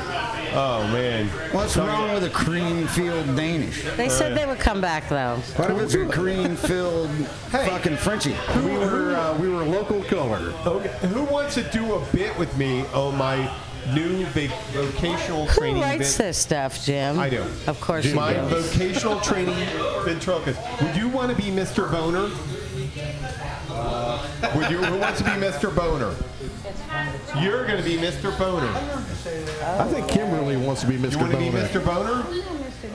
Speaker 7: Oh man.
Speaker 9: What's wrong with a cream filled Danish?
Speaker 6: They said they would come back though.
Speaker 9: What if it's a cream filled
Speaker 7: Hey.
Speaker 9: fucking Frenchie?
Speaker 8: We were uh, we were local color.
Speaker 7: Okay. Who wants to do a bit with me on my new vac- vocational training.
Speaker 6: Who writes
Speaker 7: vin-
Speaker 6: this stuff, Jim?
Speaker 7: I do.
Speaker 6: Of course you
Speaker 7: My
Speaker 6: do.
Speaker 7: vocational training ventriloquist. Would you want to be Mr. Boner?
Speaker 8: Uh.
Speaker 7: Would you? Who wants to be Mr. Boner? You're going to be Mr. Boner.
Speaker 8: I think Kimberly wants to be Mr.
Speaker 7: You want to be
Speaker 8: Boner.
Speaker 7: Mr.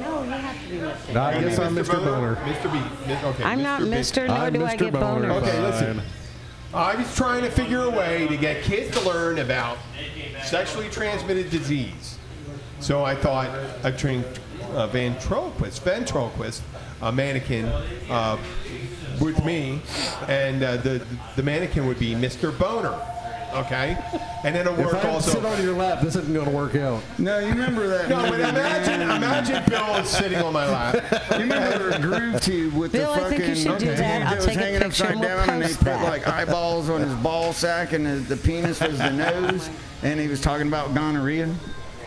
Speaker 7: Boner?
Speaker 8: I guess I'm Mr. Boner.
Speaker 7: Mr. B. mi- Okay,
Speaker 6: I'm not
Speaker 7: B.
Speaker 6: Mr. Nor
Speaker 8: I'm
Speaker 6: do I
Speaker 8: Mr.
Speaker 6: get
Speaker 8: Boner.
Speaker 6: boners.
Speaker 7: Okay, listen.
Speaker 8: Fine.
Speaker 7: I was trying to figure a way to get kids to learn about sexually transmitted disease. So I thought a, train, a ventriloquist, ventriloquist, a mannequin uh, with me, and uh, the the mannequin would be Mr. Boner. Okay, and then a
Speaker 8: If
Speaker 7: work
Speaker 8: I
Speaker 7: also.
Speaker 8: sit on your lap, this isn't going to work out.
Speaker 9: No, you remember that.
Speaker 7: no,
Speaker 9: movie,
Speaker 7: but imagine,
Speaker 9: man.
Speaker 7: imagine Bill sitting on my lap.
Speaker 9: You remember Groove Tube with
Speaker 6: Bill,
Speaker 9: the
Speaker 6: I
Speaker 9: fucking
Speaker 6: think you should do
Speaker 9: okay.
Speaker 6: that. I'll
Speaker 9: was
Speaker 6: take a
Speaker 9: hanging
Speaker 6: picture
Speaker 9: upside
Speaker 6: and we'll
Speaker 9: down and they
Speaker 6: post
Speaker 9: put
Speaker 6: that.
Speaker 9: like eyeballs on his ball sack and his, the penis was the nose and he was talking about gonorrhea.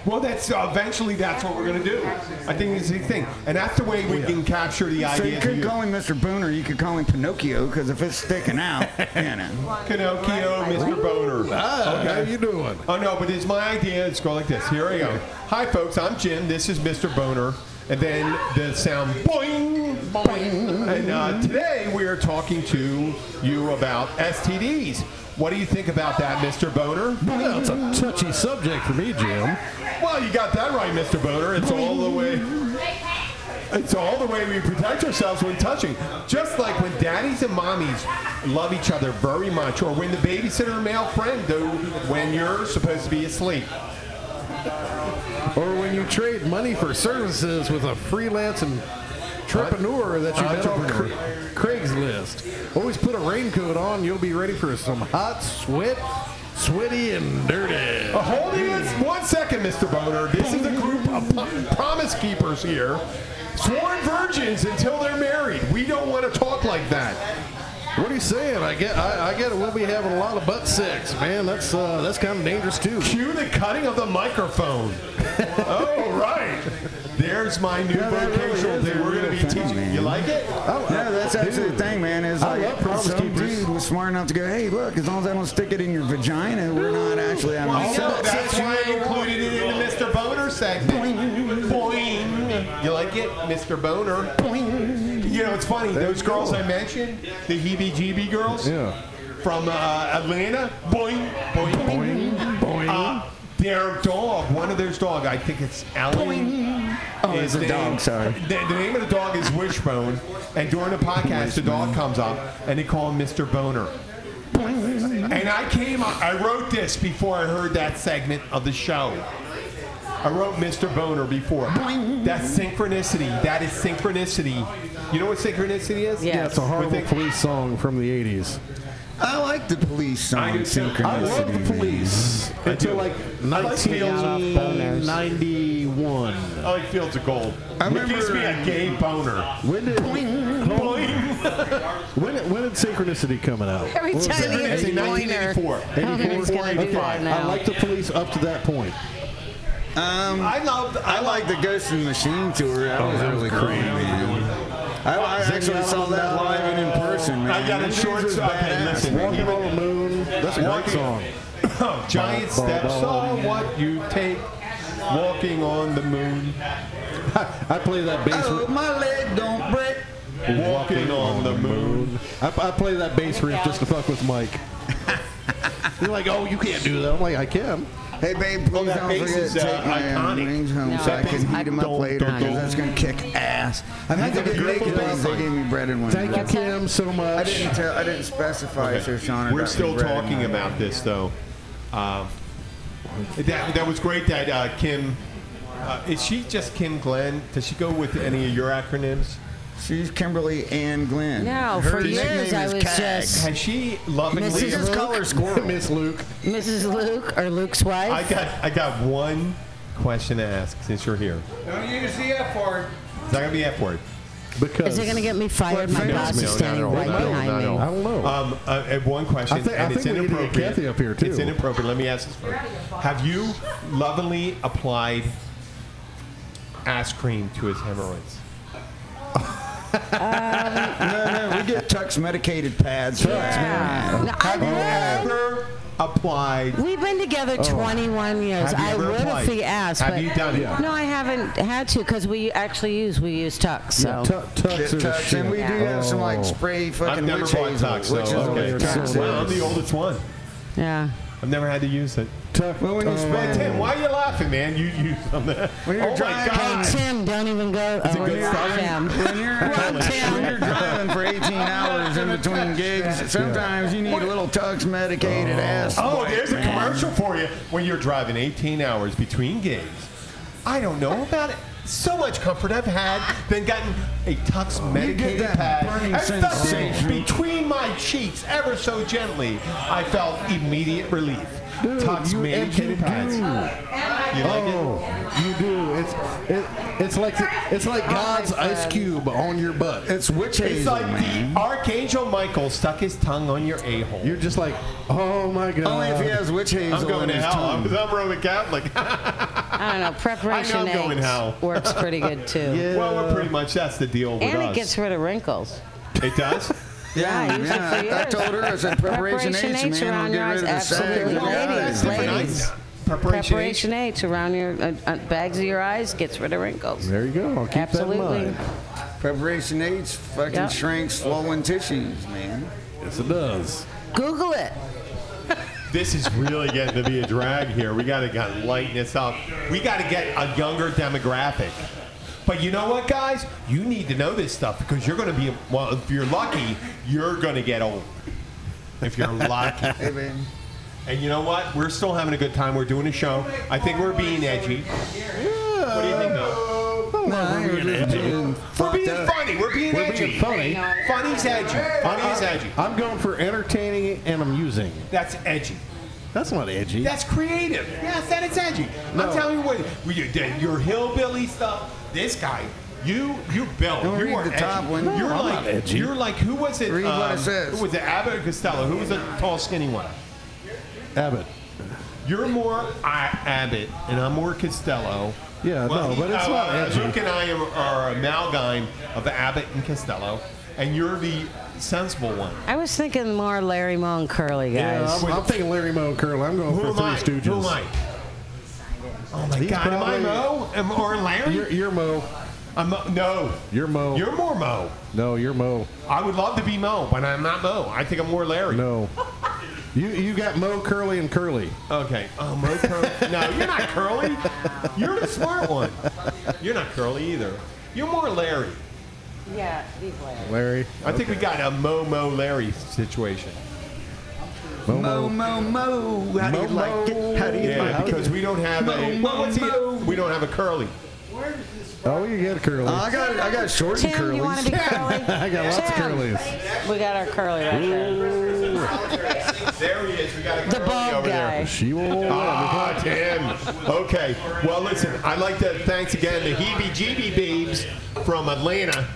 Speaker 7: Well, that's uh, eventually that's what we're gonna do. I think it's the thing, and that's the
Speaker 8: Oh,
Speaker 7: way we can capture the
Speaker 9: So you
Speaker 7: idea.
Speaker 9: could call him Mr. Boone or you could call him Pinocchio because if it's sticking out, you know.
Speaker 7: Pinocchio, Mr. Boner.
Speaker 8: Ah,
Speaker 7: okay.
Speaker 8: How you doing?
Speaker 7: Oh no, but it's my idea. Let's go like this. Here we go. Hi, folks. I'm Jim. This is Mr. Boner. And then the sound boing, boing. And uh, today we are talking to you about STDs. What do you think about that, Mr. Boner?
Speaker 8: Well, it's a touchy subject for me, Jim.
Speaker 7: Well, you got that right, Mr. Boner. It's all the way. It's all the way we protect ourselves when touching. Just like when daddies and mommies love each other very much, or when the babysitter and male friend do when you're supposed to be asleep.
Speaker 8: Or when you trade money for services with a freelance and entrepreneur that you met on Cra- Craigslist. Always put a raincoat on. You'll be ready for some hot sweat, sweaty and dirty.
Speaker 7: Uh, Hold it one second, Mr. Boner. This is a group of pu- promise keepers here, sworn virgins until they're married. We don't want to talk like that.
Speaker 8: What are you saying? I get, I, I get it. We'll be having a lot of butt sex, man. That's uh, that's kind of dangerous too.
Speaker 7: Cue the cutting of the microphone. oh, right. There's my new
Speaker 9: that really
Speaker 7: vocational
Speaker 9: is
Speaker 7: thing
Speaker 9: a
Speaker 7: we're going to
Speaker 9: real
Speaker 7: be
Speaker 9: thing,
Speaker 7: teaching.
Speaker 9: man.
Speaker 7: You like it?
Speaker 8: Oh,
Speaker 9: Yeah, that's actually the thing, man. Is
Speaker 8: I
Speaker 9: like
Speaker 8: love promise
Speaker 9: some
Speaker 8: keepers.
Speaker 9: dude was smart enough to go, "Hey, look, as long as I don't stick it in your vagina, we're not actually having
Speaker 7: I
Speaker 9: sex."
Speaker 7: know. That's why I included it in the Mr. Boner segment. Boing. You like it, Mr. Boner? Boing. You know, it's funny. Those
Speaker 8: you
Speaker 7: girls
Speaker 8: go.
Speaker 7: I mentioned, the heebie-jeebie girls
Speaker 8: Yeah.
Speaker 7: from uh, Atlanta, boing, boing, boing, boing. Uh, their dog, one of those dog, I think it's Alan.
Speaker 9: Oh, it's a dog, sorry.
Speaker 7: The, the name of the dog is Wishbone, and during the podcast, the dog comes up and they call him Mr. Boner. And I came, up- I wrote this before I heard that segment of the show. I wrote Mr. Boner before. That's synchronicity. That is synchronicity. You know what synchronicity is?
Speaker 6: Yeah,
Speaker 8: That's a horrible
Speaker 7: With the-
Speaker 8: police song from the 80s.
Speaker 9: I like the police
Speaker 7: I
Speaker 9: song
Speaker 7: do too.
Speaker 9: synchronicity.
Speaker 8: I love the
Speaker 9: man.
Speaker 8: police until like
Speaker 7: I like Fields of
Speaker 8: 1991.
Speaker 7: I like Fields of Gold.
Speaker 9: I
Speaker 7: it gives
Speaker 9: remember-
Speaker 7: me a gay boner.
Speaker 8: When did when did, when did synchronicity coming out?
Speaker 6: Every
Speaker 8: What was
Speaker 6: time
Speaker 8: that?
Speaker 6: he has a
Speaker 7: 1984.
Speaker 6: boner. How come he's gonna do that
Speaker 8: I
Speaker 6: now?
Speaker 8: like the police up to that point.
Speaker 7: I love.
Speaker 9: I like the Ghost in the Machine tour.
Speaker 7: Oh,
Speaker 9: That was really cool, man. I, I actually saw that live and in person, man.
Speaker 7: I got a
Speaker 9: These
Speaker 7: short.
Speaker 9: dudes are
Speaker 7: Okay,
Speaker 9: badass,
Speaker 7: listen.
Speaker 9: man.
Speaker 8: Walking on the moon. That's a great
Speaker 7: Walking-
Speaker 8: song.
Speaker 7: Oh, giant
Speaker 8: Ba- ba-
Speaker 7: steps.
Speaker 8: ba-
Speaker 7: Oh, what you take. Walking on the moon.
Speaker 8: I play that bass.
Speaker 9: Oh, my leg don't break.
Speaker 8: riff-
Speaker 7: Walking on the moon.
Speaker 8: I, I play that bass riff just to fuck with Mike. You're like, oh, you can't do that. I'm like, I can.
Speaker 9: Hey, babe, please
Speaker 7: Oh, that
Speaker 9: don't
Speaker 7: bass
Speaker 9: forget
Speaker 7: is,
Speaker 9: to
Speaker 7: uh,
Speaker 9: take my uh,
Speaker 7: iconic.
Speaker 9: rings home
Speaker 6: No,
Speaker 9: so I
Speaker 6: that
Speaker 9: can
Speaker 6: bass-
Speaker 9: heat them up
Speaker 7: Don't-
Speaker 9: later
Speaker 7: don't-
Speaker 9: because that's going to kick ass. I think they
Speaker 7: That's a
Speaker 9: did make
Speaker 7: beautiful
Speaker 9: it up.
Speaker 7: bass
Speaker 9: They
Speaker 7: line.
Speaker 9: gave me bread and
Speaker 8: Thank you,
Speaker 9: wine.
Speaker 8: Kim, so much.
Speaker 9: I didn't tell. I didn't specify, Sir Sean.
Speaker 7: We're still talking about this, though. Um, that, that was great that uh, Kim. Uh, is she just Kim Glenn? Does she go with any of your acronyms?
Speaker 9: She's Kimberly Ann Glenn.
Speaker 6: No, for years I was just
Speaker 7: Has she lovingly?
Speaker 6: Mrs. Luke?
Speaker 8: Miss Luke.
Speaker 6: Mrs. Luke or Luke's wife.
Speaker 7: I got I got one question to ask since you're here.
Speaker 3: Don't use the F word.
Speaker 7: It's not gonna be F word.
Speaker 8: Because
Speaker 6: Is it going to get me fired? My
Speaker 7: No,
Speaker 6: boss is
Speaker 7: no, no,
Speaker 6: standing
Speaker 7: no,
Speaker 6: right
Speaker 7: no, no,
Speaker 6: behind
Speaker 7: no.
Speaker 6: me.
Speaker 8: I don't know.
Speaker 7: Um, uh, and one question,
Speaker 8: I thi- I
Speaker 7: and it's
Speaker 8: think we need to get
Speaker 7: inappropriate.
Speaker 8: Kathy up here, too.
Speaker 7: It's inappropriate. Let me ask this first. Have you lovingly applied ass cream to his hemorrhoids?
Speaker 9: No, no, we get Tux medicated pads. for that.
Speaker 6: No, I
Speaker 7: Have you
Speaker 6: would.
Speaker 7: ever applied.
Speaker 6: We've been together
Speaker 8: Oh.
Speaker 6: 21 years.
Speaker 7: Have you
Speaker 6: I
Speaker 7: ever
Speaker 6: would
Speaker 7: applied?
Speaker 6: if he asked.
Speaker 7: Have
Speaker 6: but
Speaker 7: you done it?
Speaker 6: No, I haven't had to because we actually use we use Tux. So
Speaker 8: Tu- tux
Speaker 9: Um, Get
Speaker 8: are the
Speaker 9: tucks, and we do
Speaker 8: shit.
Speaker 9: have some
Speaker 8: Oh.
Speaker 9: like spray
Speaker 7: I've
Speaker 9: fucking
Speaker 7: never
Speaker 9: witch
Speaker 7: bought
Speaker 9: hazel,
Speaker 7: Tux,
Speaker 9: which is
Speaker 7: so
Speaker 9: what
Speaker 7: okay.
Speaker 9: Tux
Speaker 7: Well, I'm
Speaker 9: is.
Speaker 7: the oldest one.
Speaker 6: yeah.
Speaker 7: I've never had to use it.
Speaker 8: Tuck-
Speaker 9: Well, when you
Speaker 8: oh.
Speaker 7: Well, Tim, why are you laughing, man? You use them.
Speaker 9: When you're
Speaker 7: oh my
Speaker 9: driving-
Speaker 7: God.
Speaker 6: Hey Tim, don't even go.
Speaker 7: a
Speaker 6: Oh,
Speaker 7: good
Speaker 6: we're
Speaker 7: sign.
Speaker 6: Tim.
Speaker 9: When you're,
Speaker 6: Run, Tim.
Speaker 9: when you're driving for 18 hours in between gigs, sometimes you need a little tux medicated ass.
Speaker 7: Oh, there's a commercial for you when you're driving 18 hours between gigs. I don't know about it. So much comfort I've had, then gotten a Tux medicated
Speaker 9: that
Speaker 7: pad
Speaker 9: burning
Speaker 7: and stuffed it
Speaker 9: sensation.
Speaker 7: between my cheeks ever so gently. I felt immediate relief. Tux
Speaker 8: you
Speaker 7: medicated
Speaker 8: actually
Speaker 7: pads.
Speaker 8: do.
Speaker 7: You like it?
Speaker 8: Oh, you do. It's it, it's like the, it's like God's ice cube on your butt.
Speaker 9: It's witch
Speaker 7: It's
Speaker 9: hazel,
Speaker 7: like
Speaker 9: man.
Speaker 7: the Archangel Michael stuck his tongue on your a hole.
Speaker 8: You're just like, oh my god.
Speaker 9: Only if he has witch hazel
Speaker 7: I'm going
Speaker 9: in
Speaker 7: to
Speaker 9: his
Speaker 7: hell.
Speaker 9: tongue.
Speaker 7: I'm, I'm Roman Catholic.
Speaker 6: I don't know. Preparation
Speaker 7: I know I'm going
Speaker 6: eggs
Speaker 7: hell.
Speaker 6: works pretty good too.
Speaker 7: well, we're pretty much that's the deal with
Speaker 6: And
Speaker 7: us.
Speaker 6: it gets rid of wrinkles.
Speaker 7: it does.
Speaker 9: Yeah,
Speaker 6: Yeah, use it for
Speaker 9: yeah. I
Speaker 6: yours.
Speaker 9: told her I said preparation,
Speaker 6: Preparation
Speaker 9: H,
Speaker 6: H
Speaker 9: man,
Speaker 6: around
Speaker 9: will get
Speaker 6: your
Speaker 9: rid of the
Speaker 6: eyes.
Speaker 9: sack.
Speaker 6: Absolutely.
Speaker 9: Yeah,
Speaker 6: Ladies,
Speaker 9: it's different.
Speaker 6: ladies.
Speaker 7: Preparation.
Speaker 6: Preparation H around your uh, uh, bags of your eyes gets rid of wrinkles.
Speaker 8: There you go. I'll keep that
Speaker 6: Absolutely.
Speaker 8: in mind.
Speaker 9: Preparation H fucking
Speaker 6: Yep.
Speaker 9: shrinks swollen tissues, man.
Speaker 8: Yes, it does.
Speaker 6: Google it.
Speaker 7: This is really getting to be a drag here. We got to got lighten this up. We got to get a younger demographic. But you know what, guys? You need to know this stuff because you're going to be well. If you're lucky, you're going to get old. If you're lucky.
Speaker 9: Hey, man.
Speaker 7: And you know what? We're still having a good time. We're doing a show. I think we're being edgy. What do you think, though?
Speaker 9: No, we're just being
Speaker 7: We're
Speaker 9: fucked
Speaker 7: being
Speaker 9: up.
Speaker 7: funny. We're being
Speaker 8: We're
Speaker 7: edgy.
Speaker 8: being funny.
Speaker 7: Funny's edgy. Funny is edgy.
Speaker 8: I'm going for entertaining and amusing.
Speaker 7: That's edgy.
Speaker 8: That's not edgy.
Speaker 7: That's creative. Yes, that is edgy.
Speaker 8: No.
Speaker 7: I'm telling you what, we- your, your hillbilly stuff. This guy, you, you built.
Speaker 9: Don't
Speaker 7: you
Speaker 9: read
Speaker 7: are
Speaker 9: the
Speaker 7: edgy.
Speaker 9: top one. No,
Speaker 7: You're
Speaker 8: I'm
Speaker 7: like,
Speaker 8: not edgy.
Speaker 7: you're like, who was it? um,
Speaker 9: Read what it says.
Speaker 7: Who was it? Abbott or Costello? Who was the tall, skinny one?
Speaker 8: Abbott.
Speaker 7: You're more I, Abbott, and I'm more Costello.
Speaker 8: Yeah, no, but it's
Speaker 7: uh,
Speaker 8: not edgy.
Speaker 7: Luke and I are, are amalgam of Abbott and Costello, and you're the sensible one.
Speaker 6: I was thinking more Larry Moe and Curly
Speaker 8: Yeah,
Speaker 6: guys.
Speaker 8: I'm, I'm thinking Larry Moe and Curl. I'm going
Speaker 7: Who
Speaker 8: for
Speaker 7: am
Speaker 8: Three
Speaker 7: I?
Speaker 8: Stooges.
Speaker 7: Who am I? Oh my
Speaker 8: He's
Speaker 7: God! am
Speaker 8: probably-
Speaker 7: I Mo? Am, or Larry?
Speaker 8: You're, you're Mo.
Speaker 7: I'm Mo- no.
Speaker 8: You're Mo.
Speaker 7: You're more Mo.
Speaker 8: no, you're Mo.
Speaker 7: I would love to be Mo, but I'm not Mo. I think I'm more Larry.
Speaker 8: No. You you got Mo Curly and Curly.
Speaker 7: Okay. Oh, Mo Curly. no, you're not Curly. You're the smart one. You're not Curly either. You're more Larry.
Speaker 6: Yeah, he's Larry.
Speaker 8: Larry.
Speaker 7: I think we got a Mo Mo Larry situation.
Speaker 8: Mo
Speaker 9: Mo,
Speaker 8: Mo.
Speaker 9: mo, mo. How do you
Speaker 8: Mo,
Speaker 9: like it? How do you
Speaker 7: Yeah,
Speaker 9: like
Speaker 7: because
Speaker 9: it?
Speaker 7: we don't have a
Speaker 9: Mo,
Speaker 7: well, what's he-
Speaker 9: Mo.
Speaker 7: we don't have a Curly.
Speaker 8: Oh, you got Curly.
Speaker 9: I got, I got short and
Speaker 6: Tim, you want to
Speaker 9: curly.
Speaker 6: be Curly?
Speaker 8: I got lots of
Speaker 6: Tim.
Speaker 8: Curlies.
Speaker 6: We got our Curly right there.
Speaker 7: There he is. We got a
Speaker 6: The
Speaker 7: Curly
Speaker 6: bald
Speaker 7: over
Speaker 6: guy.
Speaker 7: there.
Speaker 8: She will.
Speaker 7: Ah, Tim. Okay. Well, listen, I'd like to thanks again the Heebie Jeebie Babes from Atlanta.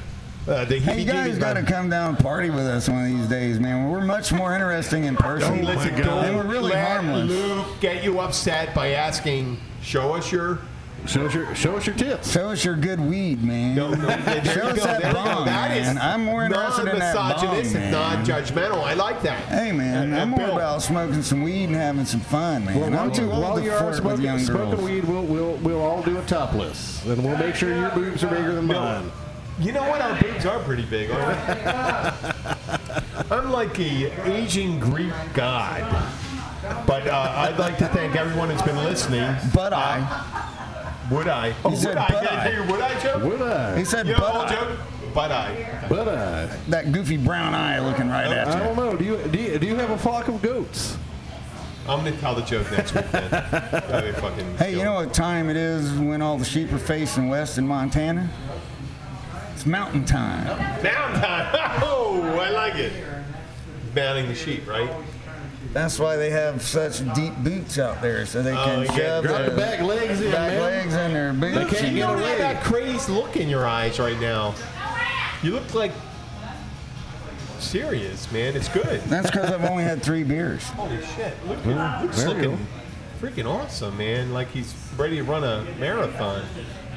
Speaker 7: Uh, the
Speaker 9: Hey, you guys
Speaker 7: Heebie-Jeebie
Speaker 9: got to
Speaker 7: Babes.
Speaker 9: come down and party with us one of these days, man. We're much more interesting in person.
Speaker 7: Don't listen,
Speaker 9: And we're
Speaker 7: don't
Speaker 9: really
Speaker 7: let
Speaker 9: harmless.
Speaker 7: Luke get you upset by asking, show us your.
Speaker 8: Show us your show us your tits.
Speaker 9: Show us your good weed, man.
Speaker 7: No, no, there you
Speaker 9: Show us
Speaker 7: go,
Speaker 9: that
Speaker 7: there you go.
Speaker 9: bong,
Speaker 7: That is
Speaker 9: man. I'm more interested in that bong,
Speaker 7: non-misogynistic,
Speaker 9: man.
Speaker 7: non-judgmental. I like that.
Speaker 9: Hey, man,
Speaker 7: Uh,
Speaker 9: I'm
Speaker 7: Bill,
Speaker 9: more about smoking some weed and having some fun, man. I'm too old
Speaker 8: while
Speaker 9: to
Speaker 8: you are
Speaker 9: flirt with
Speaker 8: smoking,
Speaker 9: young
Speaker 8: smoking
Speaker 9: girls.
Speaker 8: weed, we'll, we'll, we'll all do a topless. And we'll make sure your boobs are bigger than
Speaker 7: No.
Speaker 8: mine.
Speaker 7: You know what? Our boobs are pretty big, aren't they? I'm like a aging Greek god. But uh, I'd like to thank everyone that's been listening. Uh,
Speaker 9: But I,
Speaker 7: Would I? Oh,
Speaker 9: said
Speaker 7: would I?
Speaker 9: but
Speaker 7: Did I
Speaker 9: I.
Speaker 7: hear your would I joke?
Speaker 8: Would I?
Speaker 9: he said,
Speaker 7: you know,
Speaker 9: but
Speaker 7: old
Speaker 9: I,
Speaker 7: joke? But I.
Speaker 8: But I.
Speaker 9: that goofy brown eye looking right at
Speaker 8: Uh, I
Speaker 9: you.
Speaker 8: don't know. Do you, do you do you have a flock of goats?
Speaker 7: I'm gonna tell the joke next week then. That'd be fucking
Speaker 9: Hey, you
Speaker 7: dope.
Speaker 9: know what time it is when all the sheep are facing west in Montana? It's mountain time.
Speaker 7: Mountain time. Oh, I like it. Mounting the sheep, right?
Speaker 9: That's why they have such deep boots out there, so they
Speaker 7: Oh,
Speaker 9: can
Speaker 7: yeah,
Speaker 9: shove
Speaker 7: grab
Speaker 9: their
Speaker 7: the back
Speaker 8: legs in,
Speaker 9: back
Speaker 8: man.
Speaker 9: legs in their boots.
Speaker 8: can't
Speaker 9: and-
Speaker 7: you
Speaker 8: get
Speaker 7: don't
Speaker 8: away.
Speaker 7: have that crazed look in your eyes right now. You look like serious, man. It's good.
Speaker 9: That's because I've only had three beers.
Speaker 7: Holy shit! Luke, Luke's
Speaker 8: there you
Speaker 7: looking
Speaker 8: go.
Speaker 7: freaking awesome, man. Like he's ready to run a marathon.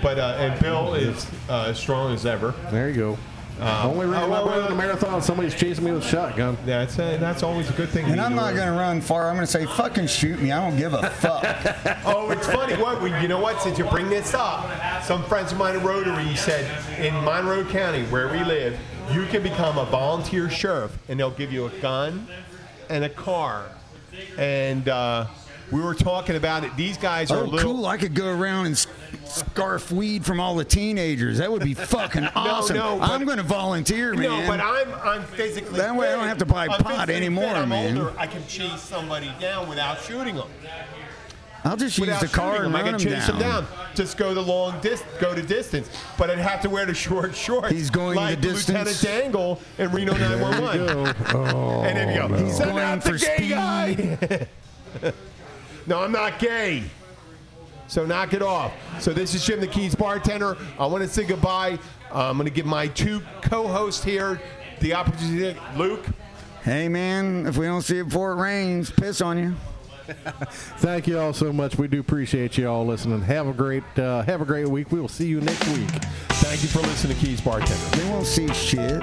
Speaker 7: But uh, and Bill is uh, as strong as ever.
Speaker 8: There you go.
Speaker 7: Um,
Speaker 8: Only reason
Speaker 7: well,
Speaker 8: I ran
Speaker 7: well-
Speaker 8: in the marathon, somebody's chasing me with a shotgun.
Speaker 7: That's a, that's always a good thing.
Speaker 9: And I'm not going to run far. I'm going to say, fucking shoot me. I don't give a fuck.
Speaker 7: Oh, it's funny. What we, you know? What since you bring this up, some friends of mine in Rotary said in Monroe County, where we live, you can become a volunteer sheriff, and they'll give you a gun and a car. And uh, we were talking about it. These guys are a
Speaker 9: oh,
Speaker 7: little.
Speaker 9: cool. I could go around and s- scarf weed from all the teenagers. That would be fucking awesome.
Speaker 7: no, but-
Speaker 9: I'm going to volunteer, man.
Speaker 7: No, but I'm I'm physically.
Speaker 9: That way I don't
Speaker 7: fit.
Speaker 9: have to buy
Speaker 7: I'm
Speaker 9: pot
Speaker 7: physically fit.
Speaker 9: anymore,
Speaker 7: I'm
Speaker 9: man.
Speaker 7: older. I can chase somebody down without shooting them.
Speaker 9: I'll just use
Speaker 7: without
Speaker 9: the car
Speaker 7: shooting
Speaker 9: and
Speaker 7: them. I
Speaker 9: run
Speaker 7: can
Speaker 9: him
Speaker 7: chase
Speaker 9: down.
Speaker 7: them down. Just go the long dis- go to distance, but I'd have to wear the short shorts.
Speaker 9: He's going the
Speaker 7: like
Speaker 9: distance.
Speaker 7: Lieutenant Dangle in Reno
Speaker 8: There you
Speaker 7: 911.
Speaker 8: go. Oh,
Speaker 7: And then you go.
Speaker 8: no.
Speaker 7: He's
Speaker 9: Going
Speaker 7: out the
Speaker 9: for
Speaker 7: gay
Speaker 9: speed."
Speaker 7: guy. no, I'm not gay. So knock it off. So this is Jim the Keys bartender. I want to say goodbye. I'm going to give my two co-hosts here the opportunity. Luke,
Speaker 9: Hey, man, if we don't see it before it rains, piss on you.
Speaker 8: Thank you all so much. We do appreciate you all listening. Have a great uh, have a great week. We will see you next week.
Speaker 7: thank you for listening to Keys bartender.
Speaker 9: They won't see shit.